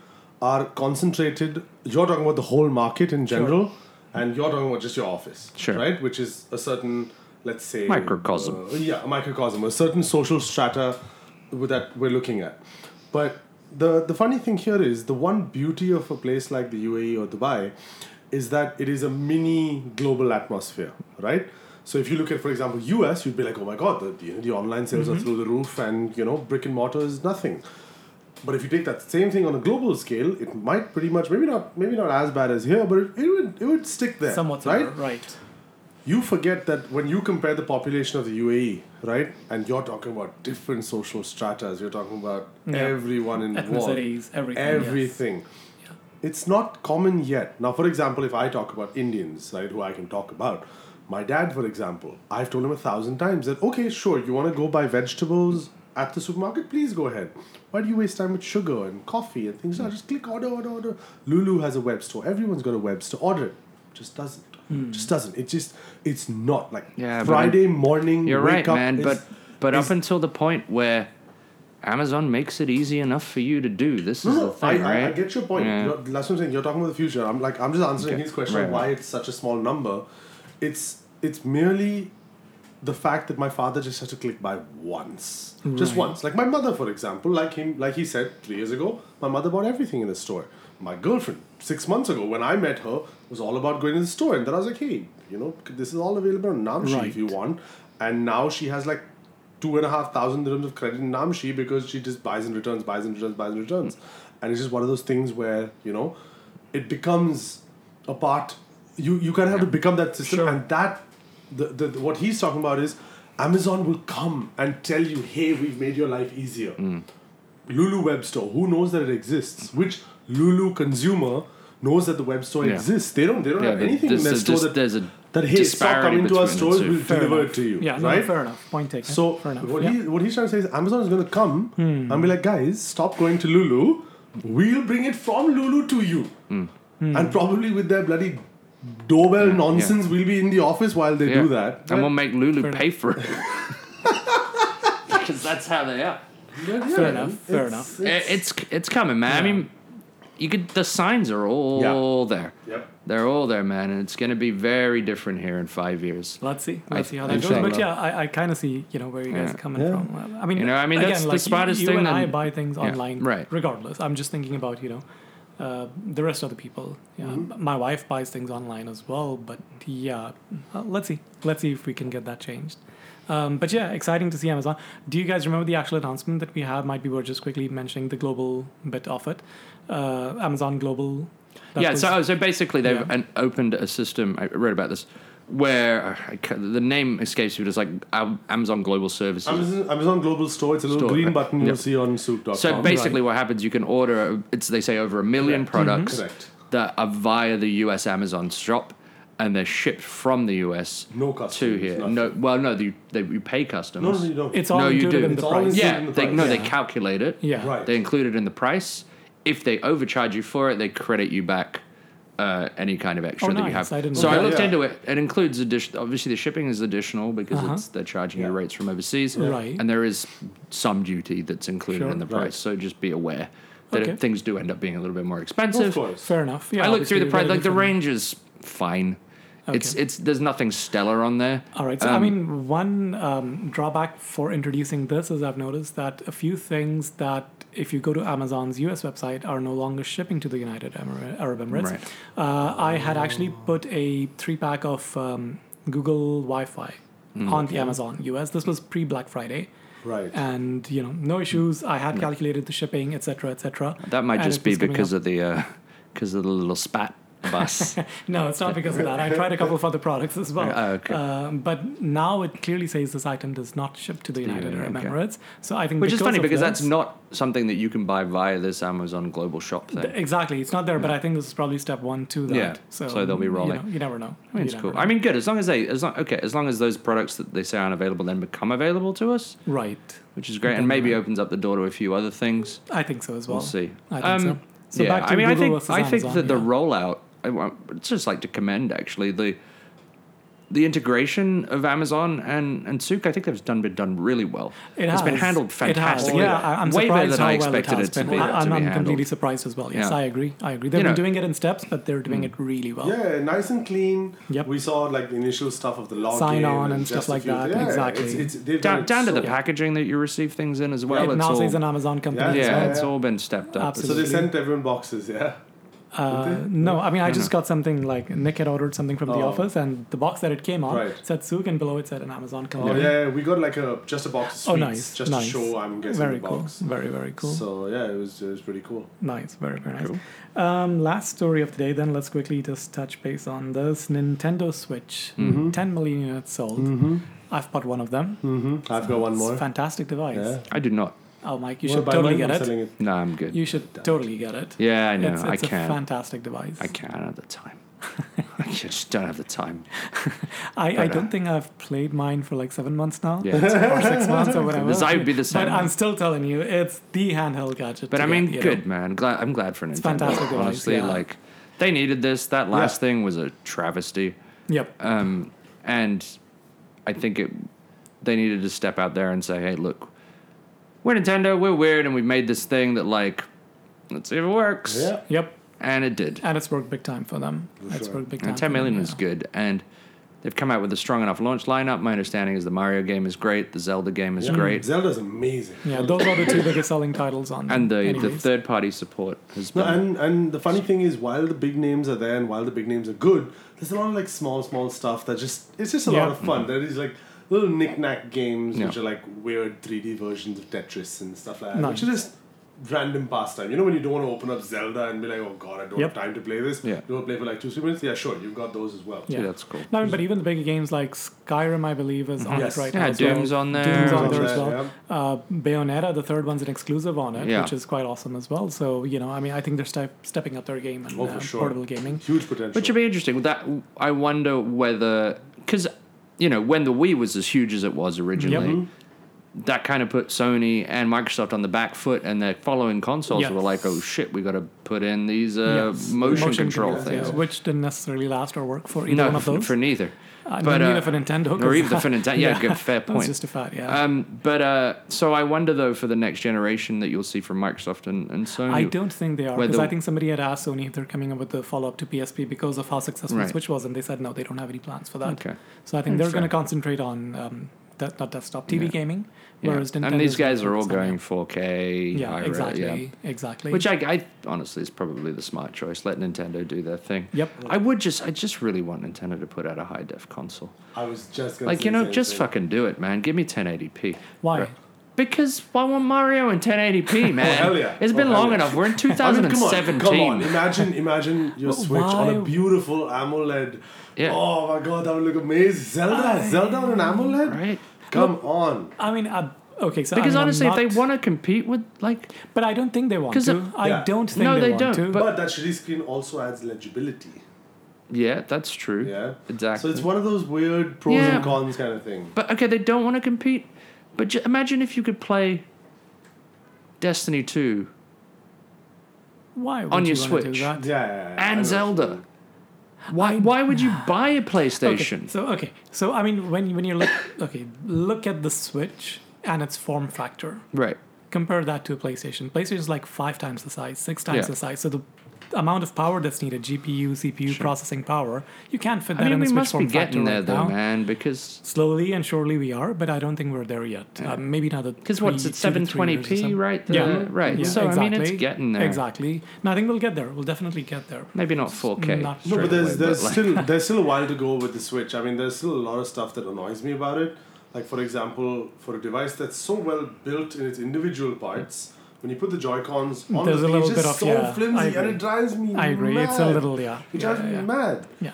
C: are concentrated. You're talking about the whole market in general, and you're talking about just your office,
B: Sure.
C: right? Which is a certain, let's say,
B: Microcosm.
C: uh, yeah, a microcosm, a certain social strata with that we're looking at. But the the funny thing here is the one beauty of a place like the UAE or Dubai is that it is a mini global atmosphere, right? So if you look at, for example, US, you'd be like, oh my god, the, the, the online sales are through the roof, and you know, brick and mortar is nothing. But if you take that same thing on a global scale, it might pretty much maybe not maybe not as bad as here, but it, it would it would stick there,
A: Somewhat.
C: right?
A: Right. Right.
C: you forget that when you compare the population of the UAE, right, and you're talking about different social stratas, you're talking about
A: Yeah.
C: everyone involved,
A: Ethnicities. Everything. yes.
C: everything. It's not common yet. Now, for example, if I talk about Indians, right, who I can talk about, my dad, for example, I've told him a thousand times that, okay, sure, you want to go buy vegetables at the supermarket, please go ahead. Why do you waste time with sugar and coffee and things? like that? Just click order, order, order. Lulu has a web store. Everyone's got a web store. Order it. Just doesn't. Just doesn't. It just, it's not like
B: Yeah, but
C: Friday morning.
B: You're
C: wake
B: right,
C: up,
B: man.
C: it's-
B: But but up
C: is-
B: until the point where Amazon makes it easy enough for you to do this is
C: No,
B: the
C: no,
B: thing,
C: I,
B: right?
C: I, I get your point.
B: Yeah.
C: You're, that's what I'm saying. You're talking about the future. I'm like, I'm just answering
B: Okay.
C: his question
B: Right,
C: of why
B: right.
C: it's such a small number. It's it's merely the fact that my father just had to click buy once, just once. Like my mother, for example, like him, like he said three years ago, my mother bought everything in the store. My girlfriend, six months ago, when I met her, was all about going to the store, and then I was like, hey, you know, this is all available on Namshi if
A: Right.
C: you want, and now she has like two and a half thousand dirhams of credit in Namshi because she just buys and returns, buys and returns, buys and returns. And it's just one of those things where, you know, it becomes a part you you kind of have to become that system and that the, the, the- what he's talking about is Amazon will come and tell you, hey, we've made your life easier.
B: Mm.
C: Lulu web store, who knows that it exists? Which Lulu consumer knows that the web store
B: Yeah.
C: exists? They don't they don't
B: Yeah,
C: have
B: the-
C: anything in
B: this-
C: their
B: this-
C: store that,
B: there's a
C: that hey, stop
B: disparity
C: coming to our
B: between the
C: stores,
B: two.
C: we'll
A: Fair
C: deliver
A: enough.
C: it to you.
A: Yeah.
C: right?
A: No, fair enough. Point taken.
C: So
A: fair enough.
C: what
A: yeah. Hmm.
C: he what he's trying to say is Amazon is going to come and be like, guys, stop going to Lulu. We'll bring it from Lulu to you,
B: Hmm.
A: Hmm.
C: and probably with their bloody doorbell nonsense, we'll be in the office while they
B: Yeah.
C: do that.
B: And we'll make Lulu
A: Fair
B: pay for it. *laughs* Because that's how they are.
C: But yeah,
A: Fair enough, fair
C: it's-
A: enough.
B: I-
C: *laughs* it's-
B: It's it's coming, man. I mean, you could the signs are all there.
C: Yep.
B: They're all there, man, and it's going to be very different here in five years.
A: Let's see. Let's see how
B: I
A: that goes.
B: think
A: But
B: so.
A: yeah, I, I kind of see you know where you guys
B: Yeah.
A: are coming
C: Yeah.
A: from. Well, I mean,
B: You know, I mean,
A: again,
B: that's the
A: like, you-
B: smartest
A: you,
B: thing
A: and
B: that-
A: I buy things
B: Yeah,
A: online,
B: right.
A: Regardless, I'm just thinking about you know uh, the rest of the people. Yeah,
B: Mm-hmm.
A: my wife buys things online as well. But yeah, uh, let's see. Let's see if we can get that changed. Um, but yeah, exciting to see Amazon. Do you guys remember the actual announcement that we have? Might be worth just quickly mentioning the global bit of it. Uh, Amazon Global. that
B: yeah,
A: was-
B: so so basically they've
A: Yeah.
B: an, opened a system. I read about this, where I ca- the name escapes me. but It's like Am- Amazon Global Services.
C: Amazon, Amazon Global Store. It's a little
B: Store,
C: green
B: right.
C: button
B: Yep.
C: you'll see on Souq.com.
B: So basically, what happens? You can order. It's they say over a million products
C: Correct.
B: that are via the U.S. Amazon shop, and they're shipped from the U.S.
C: No
B: to
C: customs,
B: here.
C: nothing.
B: No, well, no, you they, you pay customs.
C: no, no, you don't.
A: it's all
B: No, you
A: included
B: do.
A: in
B: It's
A: the
C: all
A: price.
C: included.
B: yeah,
C: in the
B: they
C: price.
B: no, they
A: Yeah.
B: calculate it.
A: Yeah.
C: Right.
B: they include it in the price. If they overcharge you for it, they credit you back uh, any kind of extra
A: Oh,
B: that you
A: nice.
B: have.
A: I didn't
B: so
A: know
B: I
A: that.
B: looked
C: Yeah.
B: into it. It includes addition. Obviously, the shipping is additional because it's they're charging you
C: Yeah.
B: rates from overseas,
A: Uh-huh. Right.
B: And there is some duty that's included
A: Sure.
B: in the price.
C: Right.
B: So just be aware that
A: Okay.
B: if things do end up being a little bit more
C: Of
B: expensive.
C: course.
A: Fair enough. Yeah,
B: I looked through the
A: obviously,
B: price. Like the
A: different-
B: range is fine. It's
A: Okay.
B: it's there's nothing stellar on there.
A: All right. So, I
B: Um,
A: mean, one um, drawback for introducing this is I've noticed that a few things that if you go to Amazon's US website are no longer shipping to the United Emir- Arab Emirates.
B: Right.
A: Uh, I had actually put a three pack of um, Google Wi Fi
B: Mm.
A: on the Amazon US. This was pre Black Friday.
C: Right.
A: And you know, no issues. I had calculated the shipping, etc., etc.
B: That might just be because of the because of the little spat
A: *laughs*
B: of us.
A: No, it's not because of that. I tried a couple of other products as well.
B: Ah, okay.
A: Um, but now it clearly says this item does not ship to the United Arab
B: okay.
A: Emirates. So I think
B: Which is funny
A: of
B: because that's
A: this-
B: not something that you can buy via this Amazon global shop thing.
A: exactly it's not there. But I think this is probably step one to that.
B: Mm. Yeah,
A: So,
B: so they'll be
A: you know, You,
B: rolling.
A: never know.
B: I
A: You
B: mean, it's
A: never
B: cool.
A: know.
B: I mean, good. As long as they, as long, okay, as long as those products that they say aren't available then become available to us,
A: right.
B: which is great, and maybe opens up the door to a few other things.
A: I think so as well.
B: We'll see. Um,
A: I think so. So
B: yeah,
A: back to
B: I mean,
A: Google
B: I think
A: versus
B: I think
A: Amazon,
B: that the
A: yeah.
B: rollout. I want, just like to commend actually the the integration of Amazon and and Souk. I think that's done been done really well.
A: It
B: has been
A: has.
B: handled
A: It has.
B: fantastically.
A: Yeah, I- I'm
B: way better
A: surprised
B: than
A: how
B: I
A: well it
B: expected
A: has
B: it to
A: been.
B: be.
A: I,
B: to
A: am
B: be
A: I'm
B: handled.
A: completely surprised as well. Yes,
B: Yeah.
A: I agree. I agree. They've
B: You
A: been
B: know-
A: doing it in steps, but they're doing it really well.
C: Yeah, nice and clean.
A: Oh. Yep.
C: We saw like the initial stuff of the login,
A: Sign on and
C: just
A: stuff
C: a
A: like
C: few-
A: that,
C: Yeah,
A: exactly.
C: It's, it's, they've
B: down
C: done it
B: down to the
C: so well.
B: packaging that you receive things in as well.
A: it
B: it's
A: now
B: all,
A: says an Amazon company.
C: Yeah,
A: as
B: yeah,
A: well.
B: it's all been stepped up. It's-
C: So they sent everyone boxes, yeah.
A: Uh, no, I mean I just
B: no.
A: got something like Nick had ordered something from the
C: Oh.
A: office, and the box that it came on
C: Right.
A: said Souk, and below it said an Amazon
C: Oh
A: company.
C: yeah, we got like a just a box of
A: Oh,
C: sweets,
A: nice,
C: just
A: nice.
C: to show I'm getting
A: Very
C: the
A: cool.
C: box.
A: Very very cool.
C: So yeah, it was it was pretty cool.
A: nice. Very very nice. Um, last story of the day. Then let's quickly just touch base on this Nintendo Switch. Ten million units sold. I've bought one of them.
C: Mm-hmm. I've got Mm-hmm. one
A: It's a
C: more.
A: fantastic device.
C: Yeah.
B: I do not.
A: Oh, Mike, you
C: Wanna
A: should
C: buy
A: totally
C: mine?
A: get
C: I'm
A: it.
C: selling it.
B: No, I'm good.
A: You should totally get it.
B: yeah, I know.
A: it's, it's
B: I can.
A: a fantastic device.
B: I can at
A: *laughs*
B: the time. I just don't have the time.
A: I, I
B: But, uh,
A: don't think I've played mine for like seven months now.
B: Yeah.
A: or six months
C: *laughs*
A: or whatever.
B: This- I would be the same.
A: But I'm still telling you, it's the handheld gadget.
B: But
A: to
B: I mean,
A: get, you
B: good
A: know.
B: man. Glad I'm glad for Nintendo.
A: fantastic device,
B: honestly,
A: yeah.
B: like they needed this. That last thing was a travesty,
A: Yep.
B: um, and I think it. They needed to step out there and say, "Hey, look, we're Nintendo. We're weird, and we made this thing that like, let's see if it works."
C: Yeah.
A: Yep.
B: And it did.
A: And it's worked big time for them. It's
C: sure.
A: worked big time.
B: And 10
A: for them,
B: Uh, million
A: yeah.
B: is good. And they've come out with a strong enough launch lineup. My understanding is the Mario game is great, the Zelda game is
C: Yeah.
B: great,
C: Zelda's amazing.
A: Yeah, those are the two biggest selling titles on.
B: and the, the
A: anyways.
B: third party support has
C: No,
B: been.
A: Um,
C: and and the funny thing is, while the big names are there and while the big names are good, there's a lot of like small small stuff that just it's just a lot
A: Yeah. Mm-hmm.
C: of fun. There is like little knick-knack games which
B: Yeah.
C: are like weird 3D versions of Tetris and stuff like that,
A: Nice.
C: which are just random pastime. You know when you don't want to open up Zelda and be like, oh god, I don't
A: Yep.
C: have time to play this.
B: Yeah.
C: You want to play for like two three minutes? Yeah, sure. You've got those as well.
A: Yeah.
B: yeah, that's cool.
A: No, but even the bigger games like Skyrim, I believe, is on
C: Yes.
A: it right
B: Yeah,
A: now. as well.
B: Doom's on there.
A: Doom's on
B: Doom's
A: there
C: on
A: as
C: there,
A: well. Uh, Bayonetta, the third one's an exclusive on it,
B: Yeah.
A: which is quite awesome as well. So you know, I mean, I think they're step stepping up their game and
C: Oh, for
A: uh,
C: sure.
A: portable gaming.
C: Huge potential.
B: Which would be interesting. That I wonder whether because you know when the Wii was as huge as it was originally, Mm-hmm. that kind of put Sony and Microsoft on the back foot, and their following consoles
A: Yes.
B: were like, "Oh shit, we got to put in these uh,
A: Yes.
B: motion, control
A: controls,
B: things."
A: yeah, which didn't necessarily last or work for either
B: No,
A: one of those.
B: for neither.
A: Uh,
B: but,
A: but,
B: uh,
A: for Nintendo,
B: Or
A: 'cause-
B: even the Nintendo. Yeah,
A: *laughs*
B: good, fair
A: That was
B: point.
A: just a fact, yeah.
B: Um, but uh, so I wonder though for the next generation that you'll see from Microsoft and, and Sony.
A: I don't think they are because
B: Um, whether-
A: I think somebody had asked Sony if they're coming up with the follow up to PSP because of how successful
B: Right.
A: Switch was, and they said no, they don't have any plans for that.
B: Okay.
A: So I think they're
B: Fair.
A: going to concentrate on um, de- not desktop TV
B: Yeah.
A: gaming,
B: Yeah.
A: whereas Nintendo.
B: and these guys are all going 4K.
A: Yeah,
B: high-res,
A: exactly,
B: yeah.
A: exactly.
B: Which I, I honestly is probably the smart choice. Let Nintendo do their thing.
A: Yep.
B: I would just, I just really want Nintendo to put out a high def console.
C: I was just gonna
B: Like
C: say
B: you know,
C: the
B: just
C: same thing.
B: fucking do it, man. Give me 1080p.
A: Why?
B: Right. Because I want Mario in
C: *laughs*
B: 1080p, man.
C: hell yeah.
B: It's
C: Oh,
B: been
C: hell
B: long
C: yeah.
B: enough. We're in
C: *laughs* I mean, come
B: 2017.
C: on, come on. Imagine, imagine your
A: But
C: Switch on a
A: why-
C: beautiful AMOLED.
B: Yeah.
C: Oh my god, that would look amazing. Zelda, Zelda on an AMOLED.
B: Right.
C: Come on.
A: I mean, uh, okay, so I
B: Because
A: mean, I'm
B: honestly, if
A: not-
B: they want to compete with like
A: but I don't think they want
B: 'Cause,
A: to.
B: uh,
A: I
C: Yeah.
A: don't think
B: No,
A: they,
B: they
A: want
B: don't,
A: to.
B: but-
C: But, that shitty screen also adds legibility.
B: Yeah, that's true.
C: Yeah.
B: exactly.
C: So it's one of those weird pros
B: Yeah.
C: and cons kind of thing.
B: but okay, they don't want to compete. But ju- imagine if you could play Destiny Two
A: Why would
B: on
A: you
B: your
A: wanna do
B: Switch.
A: that?
C: Yeah. yeah, yeah, I know
B: and
C: what you
B: Zelda
C: mean.
B: Why? Why would you buy a
A: Okay,
B: PlayStation?
A: so okay, so I mean, when when you look, okay, look at the Switch and its form factor.
B: Right.
A: Compare that to a PlayStation. PlayStation is like five times the size, six times
B: Yeah.
A: the size. So the amount of power that's needed, GPU, CPU, processing power, you can't fit that
B: I mean,
A: in a
B: we
A: Switch
B: must
A: form
B: be
A: factor
B: getting there
A: right
B: though,
A: now.
B: man, because
A: Slowly and surely we are, but I don't think we're there yet. Uh, maybe not
B: because what's it 720p, right? The-
A: Yeah.
B: Right.
A: Yeah,
B: so I mean, it's
A: exactly.
B: getting there.
A: Exactly. No, I think we'll get there. We'll definitely get there.
B: Maybe not 4K.
A: Not
C: No,
A: straight
C: but there's
B: away, but,
C: there's
B: like-
C: *laughs* still there's still a while to go with the Switch. I mean, there's still a lot of stuff that annoys me about it. Like for example, for a device that's so well built in its individual parts, when you put the Joy Cons on,
A: There's
C: the
A: a little
C: it's
A: bit
C: just
A: of-
C: so
A: yeah, I
C: flimsy, and
A: agree.
C: it drives me.
A: I agree. It's a
C: mad.
A: little yeah.
C: It
A: yeah,
C: drives
A: yeah.
C: me mad.
A: yeah.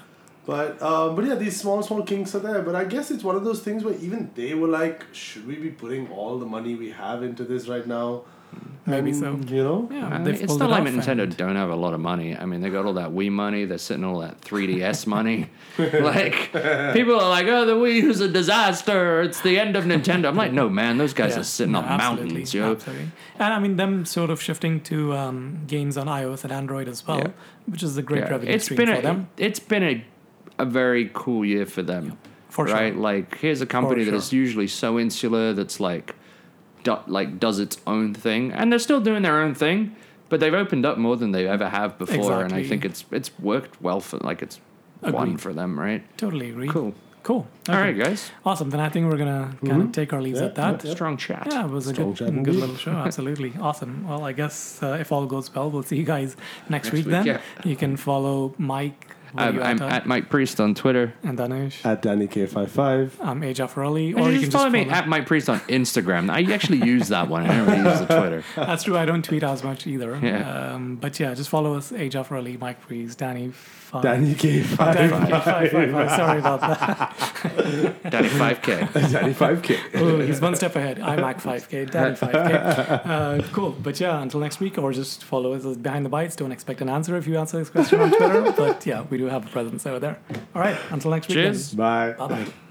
C: But um, but yeah, these small small kinks are there. But I guess it's one of those things where even they were like, should we be putting all the money we have into this right now?
A: Maybe
C: And,
A: so.
C: You know.
A: Yeah,
B: I mean,
A: they've
B: it's
A: pulled
B: not
A: it
B: like
A: off
B: Nintendo
A: and-
B: don't have a lot of money. I mean, they got all that Wii money. They're sitting on all that
A: *laughs*
B: 3DS money. like people are like, "Oh, the Wii U's a disaster. It's the end of Nintendo." I'm like, "No, man, those guys
A: Yeah,
B: are sitting
A: no,
B: on
A: absolutely,
B: mountains, yo."
A: absolutely. And I mean, them sort of shifting to um, games on iOS and Android as well,
B: Yeah.
A: which is a great
B: Yeah,
A: revenue stream
B: been
A: for
B: a,
A: them.
B: It's been a, a very cool year for them.
A: for sure.
B: right? Like here's a company that is
A: sure.
B: usually so insular that's like do, like does its own thing and they're still doing their own thing, but they've opened up more than they ever have before and I
A: Exactly.
B: think it's it's worked well for like it's won
A: Agreed.
B: for them, right?
A: Totally agree.
B: Cool.
A: Cool.
B: All
A: Okay.
B: right, guys.
A: Awesome. Then I think we're gonna kind of take our leaves
C: Mm-hmm. Yeah,
A: at that.
C: yeah.
B: Strong chat.
A: Yeah, it was a
C: Strong
A: good,
C: chat
A: good
C: indeed.
A: little
C: *laughs*
A: show. Absolutely awesome. Well, I guess uh, if all goes well, we'll see you guys next,
B: Next
A: week.
B: week,
A: Then
B: yeah.
A: you can follow Mike. what are
B: I'm,
A: you
B: I'm
A: at, uh,
B: at Mike Priest on Twitter.
A: and Danish.
C: At Danny K five five.
A: I'm A. Jaffarali,
B: Or
A: or you
B: you just
A: can
B: follow
A: just
B: me at Mike Priest on Instagram. I actually use that one. I don't really use the
A: *laughs*
B: Twitter.
A: That's true. I don't tweet as much either.
B: Yeah.
A: Um, but yeah, just follow us. A. Jaffarali, Mike Priest, Danny. Fi-
C: Danny K
A: Danny
C: five.
A: Fi- Fi- Fi- Sorry about that.
B: Daddy 5K.
C: Danny five K.
A: Ooh, Oh, he's one step ahead. I'm Mac 5K, Danny 5K. Uh, cool. But yeah, until next week, or just follow us as behind the bites. Don't expect an answer if you answer this question on Twitter. but yeah, we do have a presence over there. All right. Until next week.
B: Cheers.
C: Bye.
A: Bye bye.